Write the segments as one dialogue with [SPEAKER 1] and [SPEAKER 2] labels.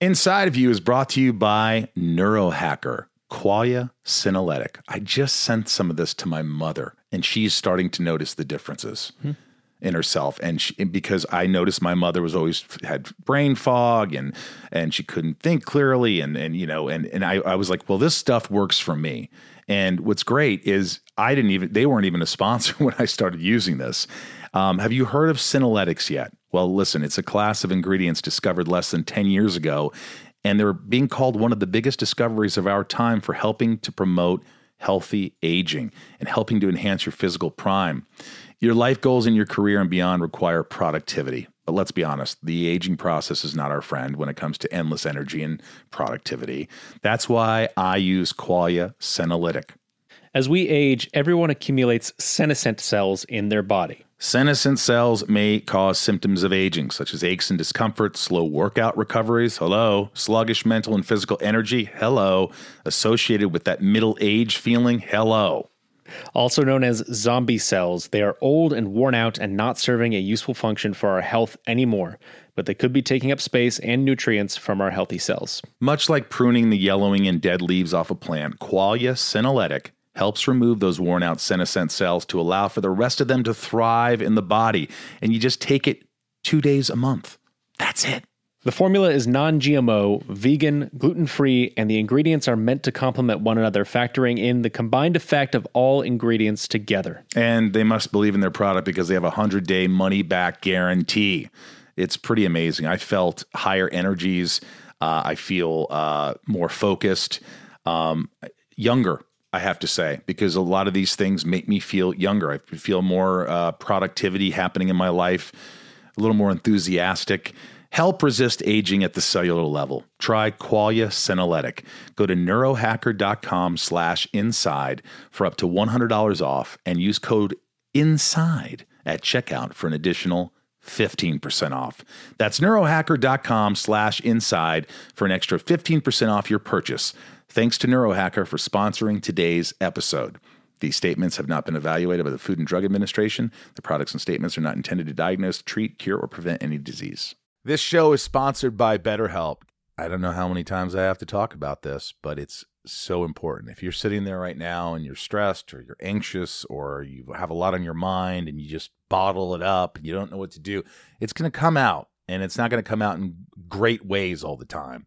[SPEAKER 1] Inside of You is brought to you by Neurohacker, Qualia Synalytic. I just sent some of this to my mother, and she's starting to notice the differences in herself. And she, because I noticed my mother was always had brain fog and and she couldn't think clearly, and and you know, and and I, I was like, well, this stuff works for me. And what's great is I didn't even they weren't even a sponsor when I started using this. Um, have you heard of Synalytics yet? Well, listen, it's a class of ingredients discovered less than 10 years ago, and they're being called one of the biggest discoveries of our time for helping to promote healthy aging and helping to enhance your physical prime. Your life goals and your career and beyond require productivity. But let's be honest, the aging process is not our friend when it comes to endless energy and productivity. That's why I use Qualia Senolytic.
[SPEAKER 2] As we age, everyone accumulates senescent cells in their body.
[SPEAKER 1] Senescent cells may cause symptoms of aging, such as aches and discomfort, slow workout recoveries, hello, sluggish mental and physical energy, hello, associated with that middle age feeling, hello.
[SPEAKER 2] Also known as zombie cells, they are old and worn out and not serving a useful function for our health anymore, but they could be taking up space and nutrients from our healthy cells.
[SPEAKER 1] Much like pruning the yellowing and dead leaves off a plant, Qualia senolytic helps remove those worn out senescent cells to allow for the rest of them to thrive in the body. And you just take it two days a month. That's it.
[SPEAKER 2] The formula is non GMO, vegan, gluten free, and the ingredients are meant to complement one another, factoring in the combined effect of all ingredients together.
[SPEAKER 1] And they must believe in their product because they have a 100 day money back guarantee. It's pretty amazing. I felt higher energies. Uh, I feel uh, more focused, um, younger, I have to say, because a lot of these things make me feel younger. I feel more uh, productivity happening in my life, a little more enthusiastic. Help resist aging at the cellular level. Try Qualia Senolytic. Go to neurohacker.com slash inside for up to $100 off and use code INSIDE at checkout for an additional 15% off. That's neurohacker.com slash inside for an extra 15% off your purchase. Thanks to Neurohacker for sponsoring today's episode. These statements have not been evaluated by the Food and Drug Administration. The products and statements are not intended to diagnose, treat, cure, or prevent any disease. This show is sponsored by BetterHelp. I don't know how many times I have to talk about this, but it's so important. If you're sitting there right now and you're stressed or you're anxious or you have a lot on your mind and you just bottle it up and you don't know what to do, it's going to come out and it's not going to come out in great ways all the time.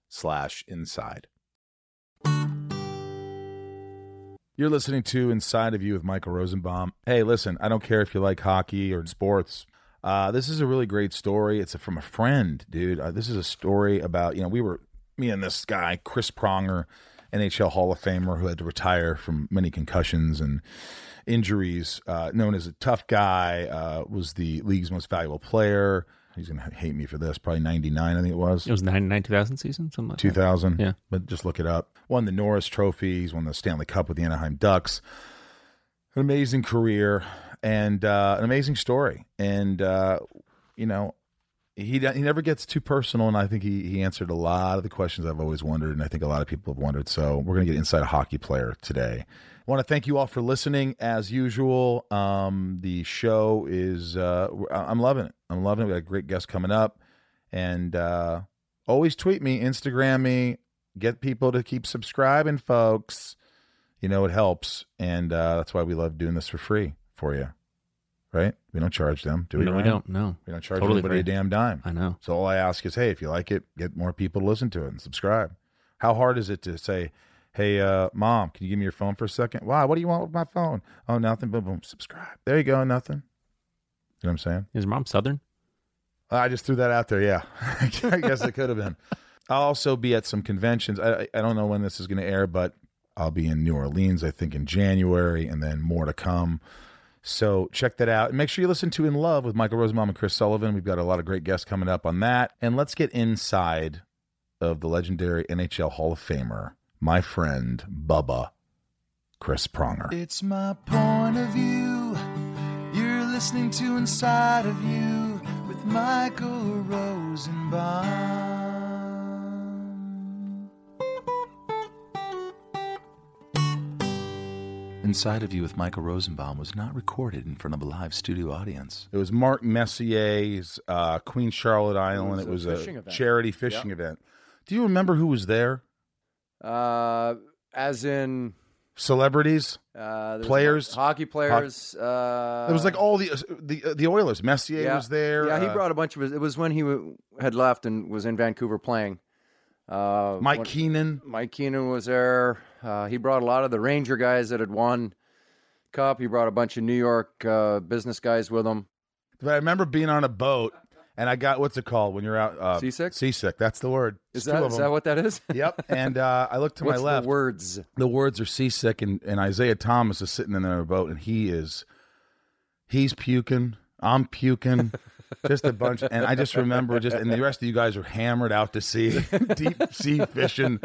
[SPEAKER 1] slash inside. You're listening to Inside of You with Michael Rosenbaum. Hey, listen, I don't care if you like hockey or sports. Uh, this is a really great story. It's from a friend, dude. Uh, this is a story about, you know, we were, me and this guy, Chris Pronger, NHL Hall of Famer who had to retire from many concussions and injuries, uh, known as a tough guy, uh, was the league's most valuable player. He's going to hate me for this, probably 99, I think it was.
[SPEAKER 3] It was 99 2000 season, something like that.
[SPEAKER 1] 2000.
[SPEAKER 3] Yeah.
[SPEAKER 1] But just look it up. Won the Norris Trophy. He's won the Stanley Cup with the Anaheim Ducks. An amazing career and uh, an amazing story. And, uh, you know, he he never gets too personal, and I think he he answered a lot of the questions I've always wondered, and I think a lot of people have wondered. So we're gonna get inside a hockey player today. I want to thank you all for listening as usual. Um, the show is uh, I- I'm loving it. I'm loving it. We got a great guest coming up, and uh, always tweet me, Instagram me, get people to keep subscribing, folks. You know it helps, and uh, that's why we love doing this for free for you, right? We don't charge them, do we?
[SPEAKER 4] no, we
[SPEAKER 1] Ryan?
[SPEAKER 4] don't. No,
[SPEAKER 1] We don't charge
[SPEAKER 4] Totally
[SPEAKER 1] anybody a
[SPEAKER 4] free.
[SPEAKER 1] damn dime.
[SPEAKER 4] I know.
[SPEAKER 1] So all I ask is, hey, if you like it, get more people to listen to it and subscribe. How hard is it to say, hey, uh, mom, can you give me your phone for a second? Why? What do you want with my phone? Oh, nothing. Boom, boom. Subscribe. There you go. Nothing. You know what I'm saying?
[SPEAKER 4] Is mom Southern?
[SPEAKER 1] I just threw that out there. Yeah, I guess it could have been. I'll also be at some conventions. I, I- I don't know when this is going to air, but I'll be in New Orleans, I think, in January, and then more to come. So check that out. And make sure you listen to In Love with Michael Rosenbaum and Chris Sullivan. We've got a lot of great guests coming up on that. And let's get inside of the legendary NHL Hall of Famer, my friend, Bubba Chris Pronger.
[SPEAKER 5] It's my point of view. You're listening to Inside of You with Michael Rosenbaum. Inside of You with Michael Rosenbaum was not recorded in front of a live studio audience.
[SPEAKER 1] It was Mark Messier's uh, Queen Charlotte Island. It was
[SPEAKER 6] a
[SPEAKER 1] a,
[SPEAKER 6] fishing event.
[SPEAKER 1] charity fishing event. Do you remember who was there?
[SPEAKER 6] Uh, as in
[SPEAKER 1] Celebrities.
[SPEAKER 6] uh, there was
[SPEAKER 1] Players?
[SPEAKER 6] ho- hockey players. uh,
[SPEAKER 1] it was like all the the the Oilers. Messier was there.
[SPEAKER 6] Yeah, he
[SPEAKER 1] uh,
[SPEAKER 6] brought a bunch of. It was when he w- had left and was in Vancouver playing. Uh,
[SPEAKER 1] Mike
[SPEAKER 6] when-
[SPEAKER 1] Keenan.
[SPEAKER 6] Mike Keenan was there. Uh, he brought a lot of the Ranger guys that had won cup. He brought a bunch of New York uh, business guys with him.
[SPEAKER 1] But I remember being on a boat and I got what's it called when you're out uh,
[SPEAKER 6] Seasick?
[SPEAKER 1] Seasick. That's the word.
[SPEAKER 6] Is
[SPEAKER 1] There's
[SPEAKER 6] that
[SPEAKER 1] two
[SPEAKER 6] is
[SPEAKER 1] of
[SPEAKER 6] that
[SPEAKER 1] them.
[SPEAKER 6] what that is?
[SPEAKER 1] Yep. And uh, I looked to
[SPEAKER 6] What's
[SPEAKER 1] my left.
[SPEAKER 6] the words?
[SPEAKER 1] the words are seasick and, and Isaiah Thomas is sitting in their boat and he is he's puking. I'm puking. Just a bunch and I just remember just and the rest of you guys are hammered out to sea, deep sea fishing.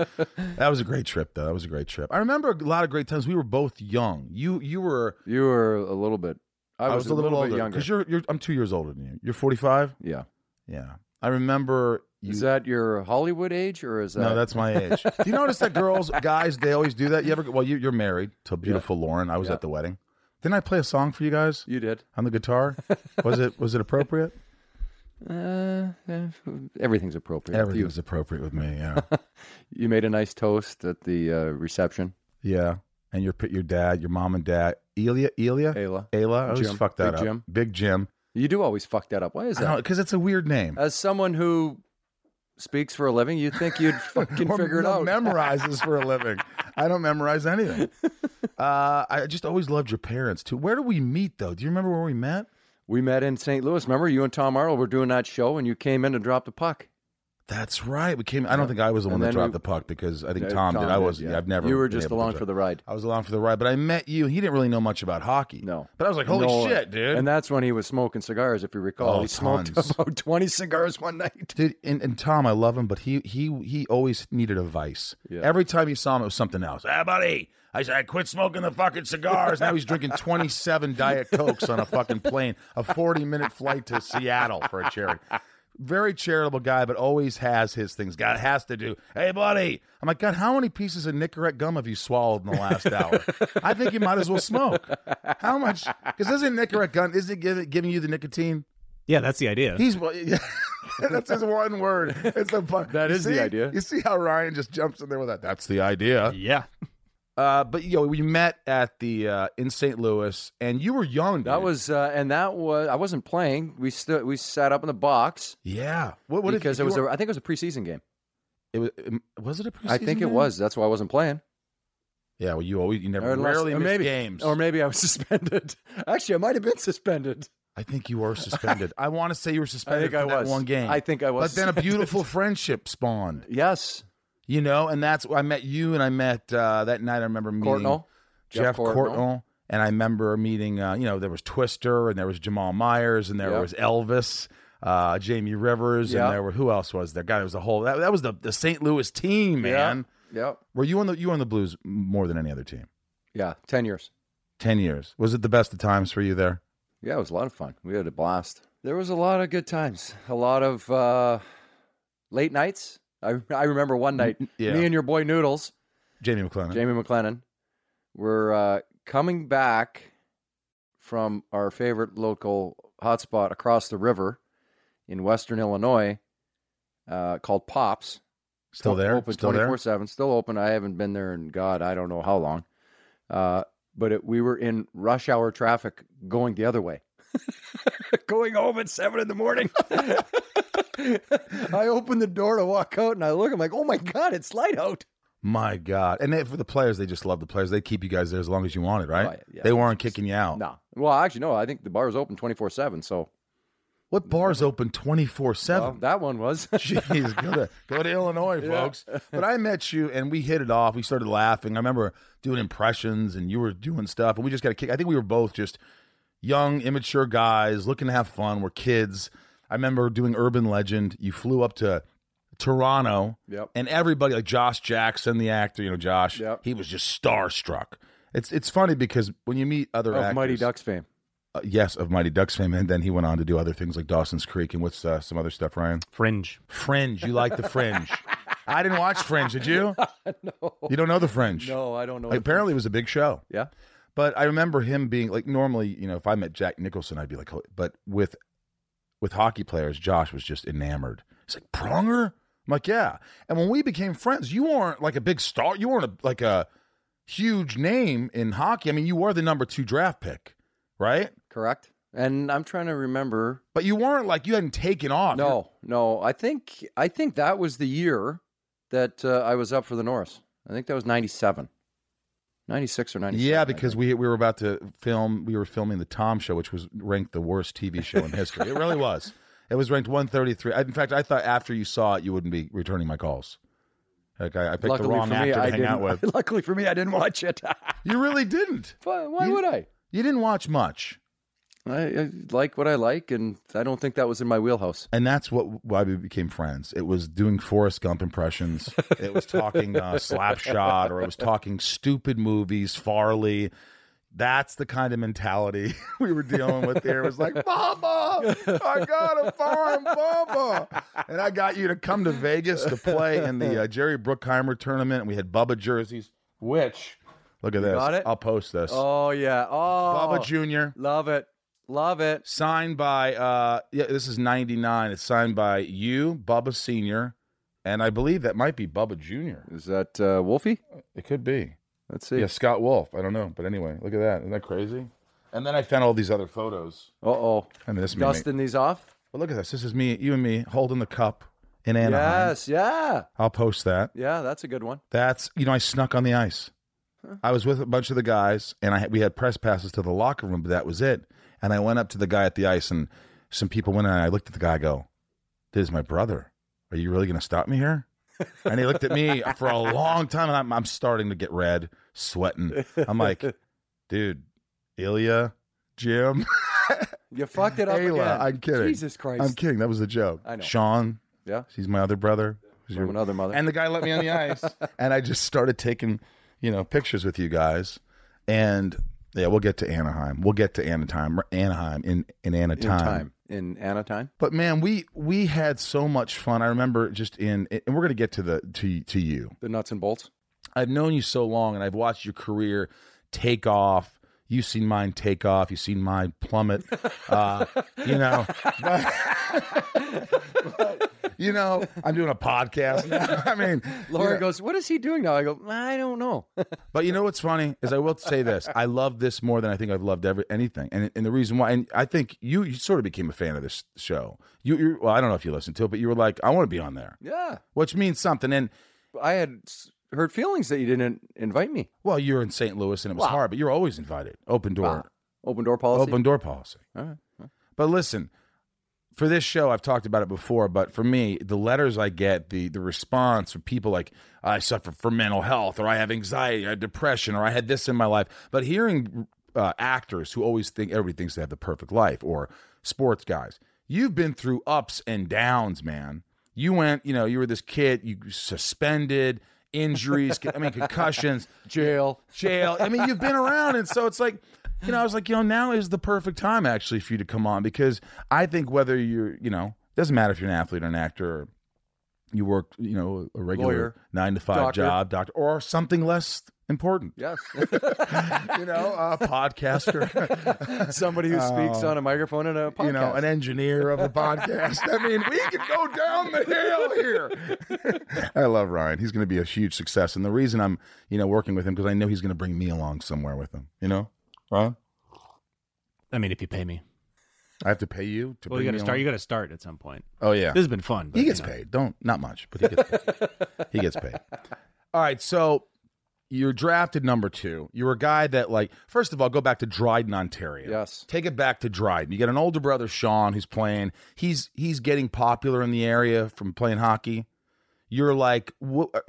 [SPEAKER 1] That was a great trip though. That was a great trip. I remember a lot of great times. We were both young. You you were
[SPEAKER 6] You were a little bit. I,
[SPEAKER 1] I,
[SPEAKER 6] was, a little, bit
[SPEAKER 1] older
[SPEAKER 6] younger.
[SPEAKER 1] because you're you're I'm two years older than you. You're 45.
[SPEAKER 6] yeah.
[SPEAKER 1] Yeah, I remember you.
[SPEAKER 6] Is that your Hollywood age or is that?
[SPEAKER 1] no, that's my age. do you notice that girls, guys, they always do that? You ever? Well, you, you're married to beautiful Lauren. I was
[SPEAKER 6] Yeah.
[SPEAKER 1] at the wedding. Didn't I play a song for you guys
[SPEAKER 6] you did.
[SPEAKER 1] on the guitar? Was it was it appropriate?
[SPEAKER 6] Uh, eh, everything's appropriate.
[SPEAKER 1] Everything
[SPEAKER 6] You,
[SPEAKER 1] was appropriate with me. Yeah,
[SPEAKER 6] you made a nice toast at the uh, reception.
[SPEAKER 1] yeah. And your your dad, your mom and dad, Elia, Elia,
[SPEAKER 6] Ayla.
[SPEAKER 1] Ayla. I always
[SPEAKER 6] Jim.
[SPEAKER 1] fuck that
[SPEAKER 6] Big
[SPEAKER 1] up.
[SPEAKER 6] Jim.
[SPEAKER 1] Big Jim.
[SPEAKER 6] You do always fuck that up. Why is that?
[SPEAKER 1] Because it's a weird name.
[SPEAKER 6] As someone who speaks for a living, you'd think you'd fucking
[SPEAKER 1] Or
[SPEAKER 6] figure it
[SPEAKER 1] no,
[SPEAKER 6] out.
[SPEAKER 1] Memorizes for a living. I don't memorize anything. Uh, I just always loved your parents too. Where do we meet though? Do you remember where we met?
[SPEAKER 6] we met in St. Louis. Remember, you and Tom Arnold were doing that show, and you came in and dropped a puck.
[SPEAKER 1] That's right. We came. I don't think I was the
[SPEAKER 6] And
[SPEAKER 1] one that
[SPEAKER 6] then
[SPEAKER 1] dropped
[SPEAKER 6] we-
[SPEAKER 1] the puck because I think Tom, did. I wasn't.
[SPEAKER 6] yeah.
[SPEAKER 1] I've never.
[SPEAKER 6] You were
[SPEAKER 1] been
[SPEAKER 6] just
[SPEAKER 1] able to
[SPEAKER 6] along
[SPEAKER 1] drop-
[SPEAKER 6] for the ride.
[SPEAKER 1] I was along for the ride, but I met you. He didn't really know much about hockey.
[SPEAKER 6] No.
[SPEAKER 1] But I was like, holy
[SPEAKER 6] No,
[SPEAKER 1] shit, dude.
[SPEAKER 6] And that's when he was smoking cigars, if you recall.
[SPEAKER 1] Oh,
[SPEAKER 6] he smoked
[SPEAKER 1] tons.
[SPEAKER 6] about 20 cigars one night.
[SPEAKER 1] Dude, and, and Tom, I love him, but he he he always needed a vice.
[SPEAKER 6] Yeah.
[SPEAKER 1] Every time he saw him, it was something else. Hey, buddy, I said I quit smoking the fucking cigars. now he's drinking twenty seven diet cokes on a fucking plane, a forty minute flight to Seattle for a charity. Very charitable guy, but always has his things. God has to do. Hey, buddy, I'm like, God, how many pieces of Nicorette gum have you swallowed in the last hour? I think you might as well smoke. How much? Because isn't Nicorette gum? Isn't it giving, giving you the nicotine?
[SPEAKER 2] Yeah, that's the idea.
[SPEAKER 1] He's yeah, that's his one word. It's a fun.
[SPEAKER 6] That
[SPEAKER 1] you
[SPEAKER 6] is the
[SPEAKER 1] see-
[SPEAKER 6] idea.
[SPEAKER 1] You see how Ryan just jumps in there with that. That's the idea.
[SPEAKER 2] yeah.
[SPEAKER 1] Uh, but you know, we met at the uh, in St. Louis, and you were young.
[SPEAKER 6] That
[SPEAKER 1] dude.
[SPEAKER 6] was, uh, and that was, I wasn't playing. We stood, we sat up in the box
[SPEAKER 1] yeah. What? what if
[SPEAKER 6] because
[SPEAKER 1] you
[SPEAKER 6] it was,
[SPEAKER 1] were-
[SPEAKER 6] a, I think it was a preseason game.
[SPEAKER 1] it was. um, Was it a preseason?
[SPEAKER 6] I think it
[SPEAKER 1] game?
[SPEAKER 6] was. That's why I wasn't playing.
[SPEAKER 1] Yeah. Well, you always you never
[SPEAKER 6] Or unless-
[SPEAKER 1] rarely
[SPEAKER 6] or
[SPEAKER 1] miss
[SPEAKER 6] maybe-
[SPEAKER 1] games.
[SPEAKER 6] Or maybe I was suspended. Actually, I might have been suspended.
[SPEAKER 1] I think you were suspended. I want to say you were
[SPEAKER 6] I
[SPEAKER 1] suspended
[SPEAKER 6] think
[SPEAKER 1] for
[SPEAKER 6] I
[SPEAKER 1] that
[SPEAKER 6] was.
[SPEAKER 1] one game.
[SPEAKER 6] I think I was.
[SPEAKER 1] But then a beautiful friendship spawned,
[SPEAKER 6] yes,
[SPEAKER 1] you know, and that's I met you, and I met uh, that night. I remember meeting
[SPEAKER 6] Cortnell.
[SPEAKER 1] Jeff, Cortnell.
[SPEAKER 6] Cortnell.
[SPEAKER 1] And I remember meeting, uh, you know, there was Twister and there was Jamal Myers and there
[SPEAKER 6] Yeah.
[SPEAKER 1] was Elvis, uh, Jamie Rivers,
[SPEAKER 6] Yeah.
[SPEAKER 1] and there were who else was there? God, it was a whole that, that was the, the St. Louis team, man.
[SPEAKER 6] Yep.
[SPEAKER 1] Were you on the you were on the Blues more than any other team?
[SPEAKER 6] Yeah. Ten years.
[SPEAKER 1] Ten years was it the best of times for you there?
[SPEAKER 6] Yeah, it was a lot of fun. We had a blast. There was a lot of good times, a lot of uh, late nights. I, I remember one night,
[SPEAKER 7] yeah.
[SPEAKER 6] me and your boy Noodles,
[SPEAKER 1] Jamie McLennan.
[SPEAKER 6] Jamie McLennan, were uh, coming back from our favorite local hotspot across the river in Western Illinois uh, called Pops.
[SPEAKER 1] Still there?
[SPEAKER 6] Open
[SPEAKER 1] Still there?
[SPEAKER 6] 7, still open. I haven't been there in God, I don't know how long. Uh, but it, we were in rush hour traffic going the other way, going home at seven in the morning. I opened the door to walk out and I look, I'm like, oh my God, it's light out.
[SPEAKER 1] My God. And they, for the players, they just love the players. They keep you guys there as long as you wanted, right?
[SPEAKER 6] Oh, yeah, yeah.
[SPEAKER 1] They weren't kicking you out.
[SPEAKER 6] No. Well, actually, no, I think the bar is open 24 7. So
[SPEAKER 1] What bar's open 24
[SPEAKER 6] well,
[SPEAKER 1] 7?
[SPEAKER 6] that one was.
[SPEAKER 1] Jeez, go to go to Illinois,
[SPEAKER 6] Yeah.
[SPEAKER 1] folks. But I met you and we hit it off. We started laughing. I remember doing impressions and you were doing stuff, and we just got a kick. I think we were both just young, immature guys looking to have fun. We're kids. I remember doing Urban Legend. You flew up to Toronto,
[SPEAKER 6] Yep.
[SPEAKER 1] and everybody like Josh Jackson, the actor. You know Josh.
[SPEAKER 6] Yep.
[SPEAKER 1] He was just starstruck. It's it's funny because when you meet other
[SPEAKER 6] Of
[SPEAKER 1] actors,
[SPEAKER 6] Mighty Ducks fame.
[SPEAKER 1] uh, yes, of Mighty Ducks fame, and then he went on to do other things like Dawson's Creek and what's uh, some other stuff, Ryan.
[SPEAKER 8] Fringe.
[SPEAKER 1] Fringe. You like the Fringe. I didn't watch Fringe, did you?
[SPEAKER 6] no.
[SPEAKER 1] You don't know the Fringe.
[SPEAKER 6] No, I don't know.
[SPEAKER 1] Like, apparently, it was a big show.
[SPEAKER 6] Yeah.
[SPEAKER 1] But I remember him being like, normally, you know, if I met Jack Nicholson, I'd be like, "Oh," but with with hockey players, Josh was just enamored. He's like, Pronger? I'm like, yeah. And when we became friends, you weren't like a big star. You weren't a, like a huge name in hockey. I mean, you were the number two draft pick, right?
[SPEAKER 6] correct. And I'm trying to remember.
[SPEAKER 1] But you weren't like, you hadn't taken off.
[SPEAKER 6] No, no. I think I think that was the year that uh, I was up for the Norris. I think that was 97. 96 or 97.
[SPEAKER 1] Yeah,
[SPEAKER 6] I
[SPEAKER 1] because
[SPEAKER 6] think.
[SPEAKER 1] we we were about to film. We were filming the Tom Show, which was ranked the worst TV show in history. it really was. It was ranked 133. I- In fact, I thought after you saw it, you wouldn't be returning my calls. Like I, I picked
[SPEAKER 6] luckily
[SPEAKER 1] the wrong
[SPEAKER 6] for me,
[SPEAKER 1] actor to
[SPEAKER 6] I
[SPEAKER 1] hang
[SPEAKER 6] didn't,
[SPEAKER 1] out with.
[SPEAKER 6] Luckily for me, I didn't watch it.
[SPEAKER 1] You really didn't.
[SPEAKER 6] why why
[SPEAKER 1] You-
[SPEAKER 6] would I?
[SPEAKER 1] You didn't watch much,
[SPEAKER 6] I? I like what I like, and I don't think that was in my wheelhouse.
[SPEAKER 1] and that's what why we became friends. It was doing Forrest Gump impressions. it was talking uh, Slapshot, or it was talking stupid movies, Farley. That's the kind of mentality we were dealing with there. It was like, Mama, I got a farm, Mama. And I got you to come to Vegas to play in the uh, Jerry Bruckheimer tournament. And we had Bubba jerseys, which, look at this.
[SPEAKER 6] got it?
[SPEAKER 1] I'll post this.
[SPEAKER 6] Oh yeah. Oh,
[SPEAKER 1] Bubba Jr.,
[SPEAKER 6] love it, love it.
[SPEAKER 1] signed by, uh, yeah, this is 99. It's signed by you, Bubba Sr., and I believe that might be Bubba Jr.
[SPEAKER 6] Is that uh, Wolfie?
[SPEAKER 1] It could be.
[SPEAKER 6] Let's see.
[SPEAKER 1] Yeah, Scott Wolf. I don't know, but anyway, look at that. Isn't that crazy? And then I found all these other photos.
[SPEAKER 6] Uh oh.
[SPEAKER 1] I mean, this made me-
[SPEAKER 6] Dusting these off.
[SPEAKER 1] But look at this. This is me, you and me, holding the cup in Anaheim.
[SPEAKER 6] Yes. Yeah.
[SPEAKER 1] I'll post that.
[SPEAKER 6] Yeah. That's a good one.
[SPEAKER 1] That's you know, I snuck on the ice. I was with a bunch of the guys, and I we had press passes to the locker room, but that was it. And I went up to the guy at the ice, and some people went in, and I looked at the guy, I go, "This is my brother. Are you really going to stop me here?" And he looked at me for a long time, and I'm, I'm starting to get red, sweating. I'm like, "Dude, Ilya, Jim."
[SPEAKER 6] You fucked it up
[SPEAKER 1] Ayla,
[SPEAKER 6] again.
[SPEAKER 1] I'm kidding.
[SPEAKER 6] Jesus Christ.
[SPEAKER 1] I'm kidding. That was a joke.
[SPEAKER 6] I know.
[SPEAKER 1] Sean.
[SPEAKER 6] Yeah.
[SPEAKER 1] He's my other brother. He's
[SPEAKER 6] From
[SPEAKER 1] your-
[SPEAKER 6] another mother.
[SPEAKER 1] And the guy let me on the ice. and I just started taking, you know, pictures with you guys. And yeah, we'll get to Anaheim. We'll get to Anaheim. Anaheim in, in
[SPEAKER 6] in
[SPEAKER 1] Anaheim.
[SPEAKER 6] time. In Anna time.
[SPEAKER 1] But man, we we had so much fun. I remember just in and we're gonna get to the to to you.
[SPEAKER 6] The nuts and bolts.
[SPEAKER 1] I've known you so long and I've watched your career take off. You've seen mine take off. You've seen mine plummet. Uh, you know, you know, I'm doing a podcast now. I mean, you
[SPEAKER 6] Laura
[SPEAKER 1] know-
[SPEAKER 6] goes, What is he doing now? I go, I don't know.
[SPEAKER 1] but you know what's funny is I will say this: I love this more than I think I've loved every anything, and and the reason why, and I think you you sort of became a fan of this show. You, you well, I don't know if you listened to it, but you were like, I want to be on there,
[SPEAKER 6] yeah.
[SPEAKER 1] which means something. And
[SPEAKER 6] I had s- hurt feelings that you didn't invite me.
[SPEAKER 1] well, you're in St. Louis, and it was
[SPEAKER 6] Wow.
[SPEAKER 1] hard, but you're always invited. Open door.
[SPEAKER 6] Wow. Ah. Open door policy.
[SPEAKER 1] Open door policy.
[SPEAKER 6] All right.
[SPEAKER 1] But listen, for this show, I've talked about it before, but for me, the letters I get, the the response from people like I suffer from mental health, or I have anxiety, or depression, or I had this in my life. But hearing uh, actors who always think everybody thinks they have the perfect life, or sports guys, you've been through ups and downs, man. You went, you know, you were this kid, you suspended injuries, I mean, concussions,
[SPEAKER 6] Jail.
[SPEAKER 1] jail. I mean, you've been around, and so it's like, you know, I was like, you know, now is the perfect time actually for you to come on because I think whether you're, you know, doesn't matter if you're an athlete or an actor, or you work, you know, a regular
[SPEAKER 6] Lawyer.
[SPEAKER 1] nine to five
[SPEAKER 6] Doctor.
[SPEAKER 1] job, doctor, or something less important,
[SPEAKER 6] Yes.
[SPEAKER 1] you know, a podcaster.
[SPEAKER 6] Somebody who speaks
[SPEAKER 1] Uh,
[SPEAKER 6] on a microphone and a podcast.
[SPEAKER 1] You know, an engineer of a podcast. I mean, we can go down the hill here. I love Ryan. He's going to be a huge success, and the reason I'm, you know, working with him because I know he's going to bring me along somewhere with him. You know, Ryan,
[SPEAKER 8] I mean, if you pay me,
[SPEAKER 1] I have to pay you to
[SPEAKER 8] well, you
[SPEAKER 1] bring
[SPEAKER 8] got to
[SPEAKER 1] me
[SPEAKER 8] start. You
[SPEAKER 1] along?
[SPEAKER 8] got to start at some point.
[SPEAKER 1] oh yeah,
[SPEAKER 8] This has been fun. but,
[SPEAKER 1] he
[SPEAKER 8] you
[SPEAKER 1] gets
[SPEAKER 8] know.
[SPEAKER 1] paid. Don't not much, but he gets paid. he gets paid. All right, so you're drafted number two. You're a guy that like first of all, go back to Dryden, Ontario.
[SPEAKER 6] Yes.
[SPEAKER 1] Take it back to Dryden. You got an older brother, Sean, who's playing. He's he's getting popular in the area from playing hockey. You're like, wha- uh,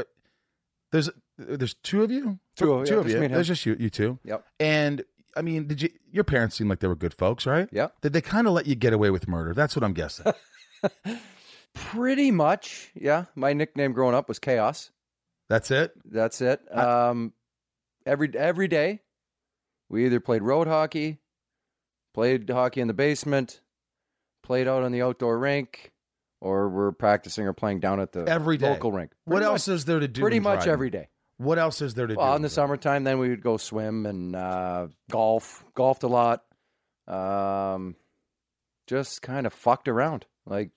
[SPEAKER 1] there's there's two of you,
[SPEAKER 6] Two of-
[SPEAKER 1] two
[SPEAKER 6] Oh, yeah,
[SPEAKER 1] of
[SPEAKER 6] just
[SPEAKER 1] you.
[SPEAKER 6] me and him.
[SPEAKER 1] There's just you, you two.
[SPEAKER 6] Yep.
[SPEAKER 1] And I mean, did you? Your parents seemed like they were good folks, right?
[SPEAKER 6] Yeah.
[SPEAKER 1] Did they kind of let you get away with murder? That's what I'm guessing.
[SPEAKER 6] Pretty much. Yeah. My nickname growing up was Chaos.
[SPEAKER 1] That's it.
[SPEAKER 6] That's it. Um, every every day, we either played road hockey, played hockey in the basement, played out on the outdoor rink, or we're practicing or playing down at the
[SPEAKER 1] Every day.
[SPEAKER 6] local rink.
[SPEAKER 1] What
[SPEAKER 6] Pretty
[SPEAKER 1] else
[SPEAKER 6] much-
[SPEAKER 1] is there to do?
[SPEAKER 6] pretty
[SPEAKER 1] in
[SPEAKER 6] much
[SPEAKER 1] Dryden?
[SPEAKER 6] every day.
[SPEAKER 1] What else is there to do?
[SPEAKER 6] Well, in
[SPEAKER 1] in
[SPEAKER 6] the
[SPEAKER 1] Dryden?
[SPEAKER 6] summertime, then we would go swim and uh, golf. Golfed a lot. Um, just kind of fucked around like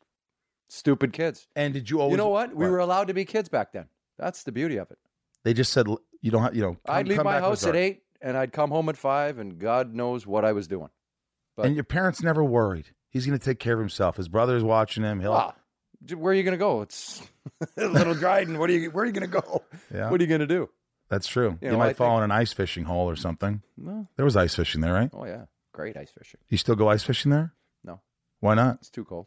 [SPEAKER 6] stupid kids.
[SPEAKER 1] And did you always?
[SPEAKER 6] you know what? We were allowed to be kids back then. That's the beauty of it.
[SPEAKER 1] They just said "L- you don't have. You know, come-
[SPEAKER 6] I'd leave
[SPEAKER 1] come
[SPEAKER 6] my
[SPEAKER 1] back
[SPEAKER 6] house
[SPEAKER 1] with
[SPEAKER 6] at
[SPEAKER 1] our-"
[SPEAKER 6] eight and I'd come home at five, and God knows what I was doing. but-
[SPEAKER 1] And your parents never worried. He's going to take care of himself. His brother's watching him. He'll.
[SPEAKER 6] Ah, j- where are you going to go? It's little Dryden. What are you? Where are you going to go?
[SPEAKER 1] yeah,
[SPEAKER 6] What are you going to do?
[SPEAKER 1] that's true. You,
[SPEAKER 6] You know,
[SPEAKER 1] might
[SPEAKER 6] I
[SPEAKER 1] fall
[SPEAKER 6] think-
[SPEAKER 1] in an ice fishing hole or something.
[SPEAKER 6] No.
[SPEAKER 1] There was ice fishing there, right?
[SPEAKER 6] Oh yeah, great ice fishing.
[SPEAKER 1] You still go ice fishing there?
[SPEAKER 6] No.
[SPEAKER 1] Why not?
[SPEAKER 6] It's too cold.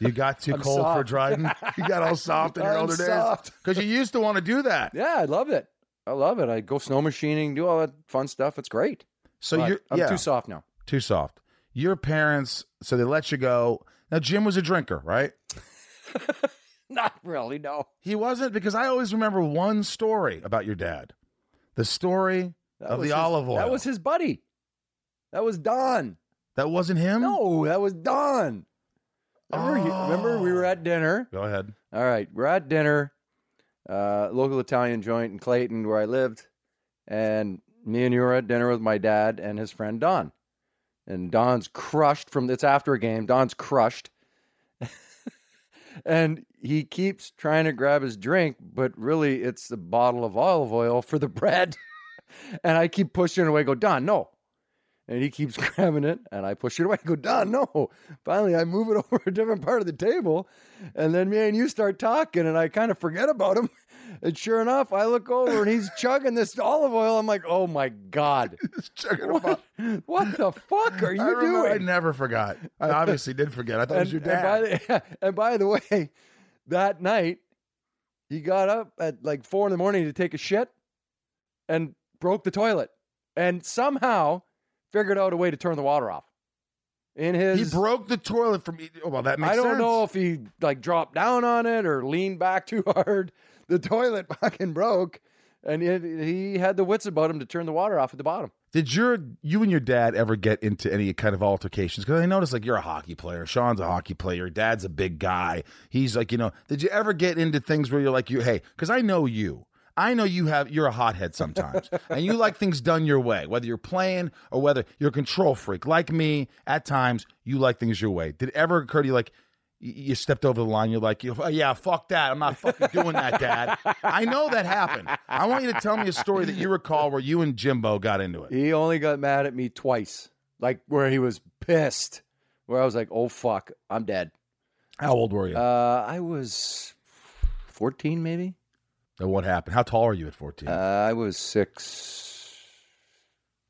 [SPEAKER 1] You got too
[SPEAKER 6] I'm
[SPEAKER 1] cold for
[SPEAKER 6] soft.
[SPEAKER 1] Dryden. You got all soft in your
[SPEAKER 6] I'm
[SPEAKER 1] older days
[SPEAKER 6] soft.
[SPEAKER 1] because you used to want to do that.
[SPEAKER 6] Yeah, I love it. I love it. I go snow machining, do all that fun stuff. It's great.
[SPEAKER 1] So
[SPEAKER 6] But
[SPEAKER 1] you're
[SPEAKER 6] I'm
[SPEAKER 1] yeah,
[SPEAKER 6] too soft now.
[SPEAKER 1] too soft. Your parents, so they let you go. Now Jim was a drinker, right?
[SPEAKER 6] Not really. No.
[SPEAKER 1] He wasn't because I always remember one story about your dad. The story
[SPEAKER 6] That
[SPEAKER 1] Of
[SPEAKER 6] was
[SPEAKER 1] the
[SPEAKER 6] his-
[SPEAKER 1] olive oil.
[SPEAKER 6] That was his buddy. That was Don.
[SPEAKER 1] that wasn't him.
[SPEAKER 6] No, that was Don. Remember, he- remember we were
[SPEAKER 1] Oh.
[SPEAKER 6] at dinner.
[SPEAKER 1] Go ahead.
[SPEAKER 6] All right, we're at dinner, uh, local Italian joint in Clayton where I lived, and me and you were at dinner with my dad and his friend Don. And Don's crushed from it's after a game. Don's crushed, and he keeps trying to grab his drink, but really it's a bottle of olive oil for the bread. and I keep pushing it away. Go Don, no. And he keeps grabbing it, and I push it away. Go Don, no. Finally, I move it over a different part of the table, and then me and you start talking, and I kind of forget about him. And sure enough, I look over and he's chugging this olive oil. I'm like, oh my God.
[SPEAKER 1] Just checking him
[SPEAKER 6] What,
[SPEAKER 1] out.
[SPEAKER 6] what the fuck are you
[SPEAKER 1] I remember- I
[SPEAKER 6] doing?
[SPEAKER 1] never forgot. I obviously did forget. I thought it was your dad.
[SPEAKER 6] by the, and by the way, that night, he got up at like four in the morning to take a shit and broke the toilet and somehow figured out a way to turn the water off. In his
[SPEAKER 1] he broke the toilet from. Oh, well, that makes
[SPEAKER 6] I don't
[SPEAKER 1] sense.
[SPEAKER 6] know if he like dropped down on it or leaned back too hard. The toilet fucking broke, and it, he had the wits about him to turn the water off at the bottom.
[SPEAKER 1] Did your you and your dad ever get into any kind of altercations? Because I noticed like you're a hockey player. Sean's a hockey player. Your dad's a big guy. He's like you know. Did you ever get into things where you're like you hey? Because I know you. I know you have you're a hothead sometimes, and you like things done your way, whether you're playing or whether you're a control freak like me. At times, you like things your way. Did it ever occur to you like? y- You stepped over the line. You're like, "Oh, yeah, fuck that. I'm not fucking doing that, Dad. I know that happened. I want you to tell me a story that you recall where you and Jimbo got into it.
[SPEAKER 6] He only got mad at me twice, like where he was pissed, where I was like, "Oh fuck, I'm dead."
[SPEAKER 1] How old were you?
[SPEAKER 6] Uh, I was fourteen, maybe.
[SPEAKER 1] and what happened? How tall are you at 14?
[SPEAKER 6] Uh, I was six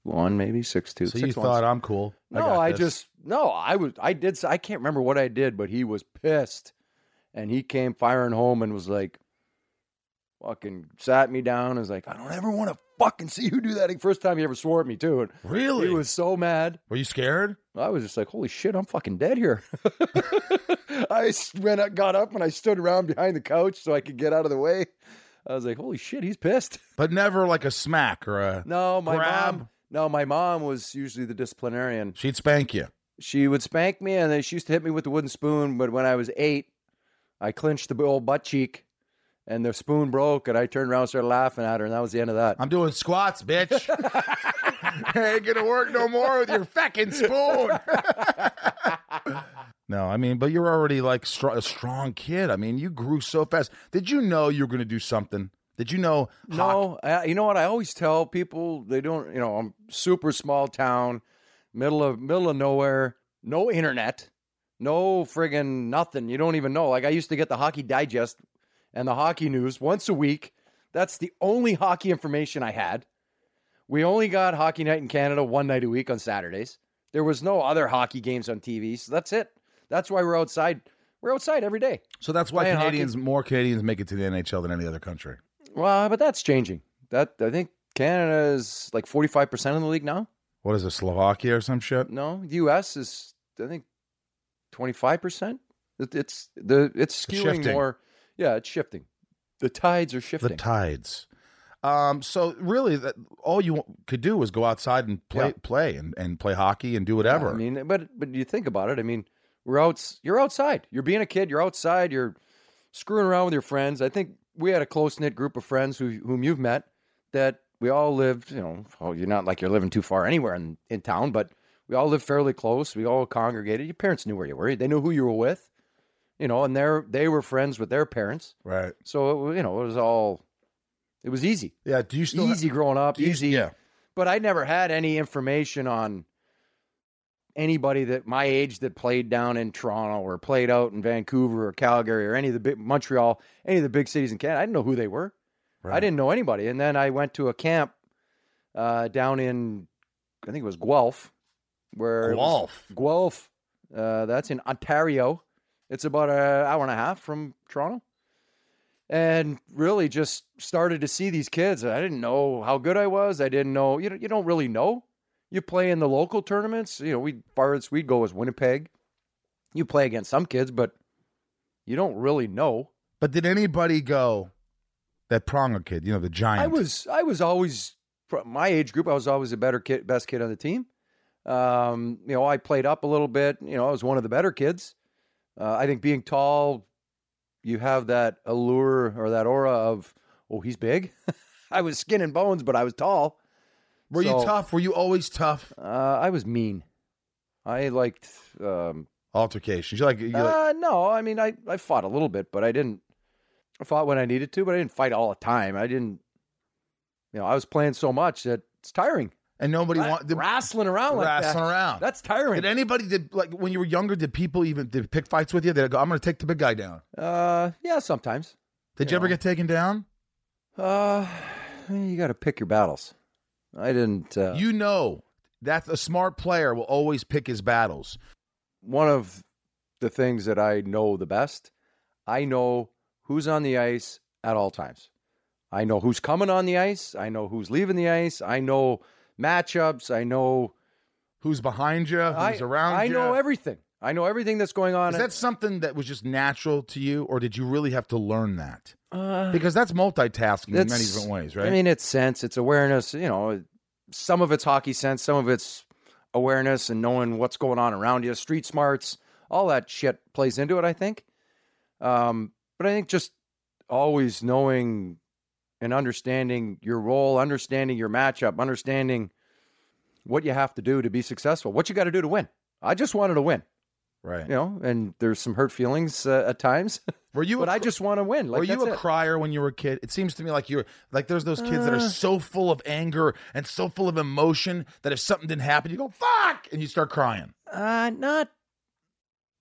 [SPEAKER 6] one, maybe six two.
[SPEAKER 1] so you
[SPEAKER 6] six one,
[SPEAKER 1] thought I'm cool.
[SPEAKER 6] No,
[SPEAKER 1] got
[SPEAKER 6] I,
[SPEAKER 1] this."
[SPEAKER 6] just no. I was I did. s- I can't remember what I did, but he was pissed, and he came firing home and was like, "Fucking sat me down." and was like, "I don't ever want to fucking see you do that." ag-" First time he ever swore at me too, and
[SPEAKER 1] Really?
[SPEAKER 6] he was so mad.
[SPEAKER 1] were you scared?
[SPEAKER 6] I was just like, "Holy shit, I'm fucking dead here." I s- went, up- got up, and I stood around behind the couch so I could get out of the way. I was like, holy shit, he's pissed.
[SPEAKER 1] but never like a smack or a.
[SPEAKER 6] No, my
[SPEAKER 1] Grab.
[SPEAKER 6] mom. No, my mom was usually the disciplinarian.
[SPEAKER 1] She'd spank you.
[SPEAKER 6] She would spank me, and then she used to hit me with the wooden spoon. But when I was eight, I clenched the old butt cheek, and the spoon broke, and I turned around and started laughing at her, and that was the end of that.
[SPEAKER 1] I'm doing squats, bitch. ain't gonna work no more with your feckin' spoon. no, I mean, but you're already like str- a strong kid. I mean, you grew so fast. Did you know you were gonna do something? Did you know? hockey-
[SPEAKER 6] No, I, you know what? I always tell people they don't. You know, I'm super small town, middle of middle of nowhere, no internet, no friggin' nothing. You don't even know. Like I used to get the Hockey Digest and the hockey news once a week. That's the only hockey information I had. We only got Hockey Night in Canada one night a week on Saturdays. There was no other hockey games on TV, so that's it. That's why we're outside. We're outside every day.
[SPEAKER 1] So that's why
[SPEAKER 6] Playing hockey.
[SPEAKER 1] Canadians, more Canadians, make it to the NHL than any other country.
[SPEAKER 6] Well, but that's changing. That I think Canada is like 45% of the league now.
[SPEAKER 1] What is it, Slovakia or some shit?
[SPEAKER 6] No, the U.S. is I think twenty five percent. It's the it's
[SPEAKER 1] It's
[SPEAKER 6] skewing
[SPEAKER 1] shifting.
[SPEAKER 6] more. Yeah, it's shifting. The tides are shifting.
[SPEAKER 1] The tides. Um, so really, that, all you could do was go outside and play,
[SPEAKER 6] Yeah.
[SPEAKER 1] play, and, and play hockey and do
[SPEAKER 6] Yeah,
[SPEAKER 1] whatever.
[SPEAKER 6] I mean, but but you think about it. I mean, we're out. You're outside. You're being a kid. You're outside. You're screwing around with your friends. I think we had a close knit group of friends who whom you've met that we all lived. You know, oh, you're not like you're living too far anywhere in in town, but we all lived fairly close. We all congregated. Your parents knew where you were. They knew who you were with. You know, and they are they were friends with their parents.
[SPEAKER 1] right?
[SPEAKER 6] So it, wa- you know, it was all it was easy,
[SPEAKER 1] Yeah. Do you still
[SPEAKER 6] easy growing up,
[SPEAKER 1] do you-
[SPEAKER 6] easy.
[SPEAKER 1] Yeah.
[SPEAKER 6] But I never had any information on anybody that my age that played down in Toronto or played out in Vancouver or Calgary or any of the big Montreal, any of the big cities in Canada. I didn't know who they were. I
[SPEAKER 1] Right.
[SPEAKER 6] didn't know anybody. And then I went to a camp uh, down in, I think it was Guelph, where it was-
[SPEAKER 1] Guelph.
[SPEAKER 6] Guelph. Uh, that's in Ontario. It's about an hour and a half from Toronto. And really just started to see these kids. I didn't know how good I was. I didn't know, you, don't- you don't really know. You play in the local tournaments. You know, we farthest we'd go was Winnipeg. You play against some kids, but you don't really know.
[SPEAKER 1] But did anybody go? That Pronger kid, you know, the giant.
[SPEAKER 6] I was I was always from my age group. I was always a better kid, best kid on the team. Um, you know, I played up a little bit. You know, I was one of the better kids. Uh, I think being tall, you have that allure or that aura of oh, he's big. I was skin and bones, but I was tall.
[SPEAKER 1] Were you
[SPEAKER 6] So,
[SPEAKER 1] tough? Were you always tough?
[SPEAKER 6] Uh, I was mean. I liked. Um,
[SPEAKER 1] Altercations. You like, you like
[SPEAKER 6] uh, no, I mean, I I fought a little bit, but I didn't. I fought when I needed to, but I didn't fight all the time. I didn't. You know, I was playing so much that it's tiring.
[SPEAKER 1] and nobody
[SPEAKER 6] Ra-
[SPEAKER 1] wanted
[SPEAKER 6] wrestling around like
[SPEAKER 1] wrestling
[SPEAKER 6] that.
[SPEAKER 1] around.
[SPEAKER 6] That's tiring.
[SPEAKER 1] did anybody did like when you were younger? Did people even did pick fights with you? They go, I'm going to take the big guy down.
[SPEAKER 6] uh, yeah, sometimes.
[SPEAKER 1] Did you ever
[SPEAKER 6] Yeah.
[SPEAKER 1] get taken down?
[SPEAKER 6] Uh, you got to pick your battles. I didn't. Uh,
[SPEAKER 1] You know that a smart player will always pick his battles.
[SPEAKER 6] one of the things that I know the best, I know who's on the ice at all times. I know who's coming on the ice. I know who's leaving the ice. I know matchups. I know
[SPEAKER 1] Who's behind you? Who's
[SPEAKER 6] I,
[SPEAKER 1] around
[SPEAKER 6] I
[SPEAKER 1] you?
[SPEAKER 6] know everything. I know everything that's going on.
[SPEAKER 1] Is that something that was just natural to you, or did you really have to learn that?
[SPEAKER 6] Uh,
[SPEAKER 1] Because that's multitasking in many
[SPEAKER 6] That's-
[SPEAKER 1] different ways, right?
[SPEAKER 6] I mean, it's sense, it's awareness. You know, some of it's hockey sense, some of it's awareness and knowing what's going on around you. Street smarts, all that shit plays into it. I think, um, but I think just always knowing and understanding your role, understanding your matchup, understanding what you have to do to be successful, what you got to do to win. I just wanted to win,
[SPEAKER 1] right.
[SPEAKER 6] you know, and there's some hurt feelings uh, at times,
[SPEAKER 1] Were you?
[SPEAKER 6] but
[SPEAKER 1] a
[SPEAKER 6] I
[SPEAKER 1] cr-
[SPEAKER 6] just want to win. Like,
[SPEAKER 1] were you
[SPEAKER 6] that's
[SPEAKER 1] a
[SPEAKER 6] it.
[SPEAKER 1] crier when you were a kid? It seems to me like you're like there's those kids that are
[SPEAKER 6] Uh.
[SPEAKER 1] so full of anger and so full of emotion that if something didn't happen, you go fuck and you start crying
[SPEAKER 6] uh, not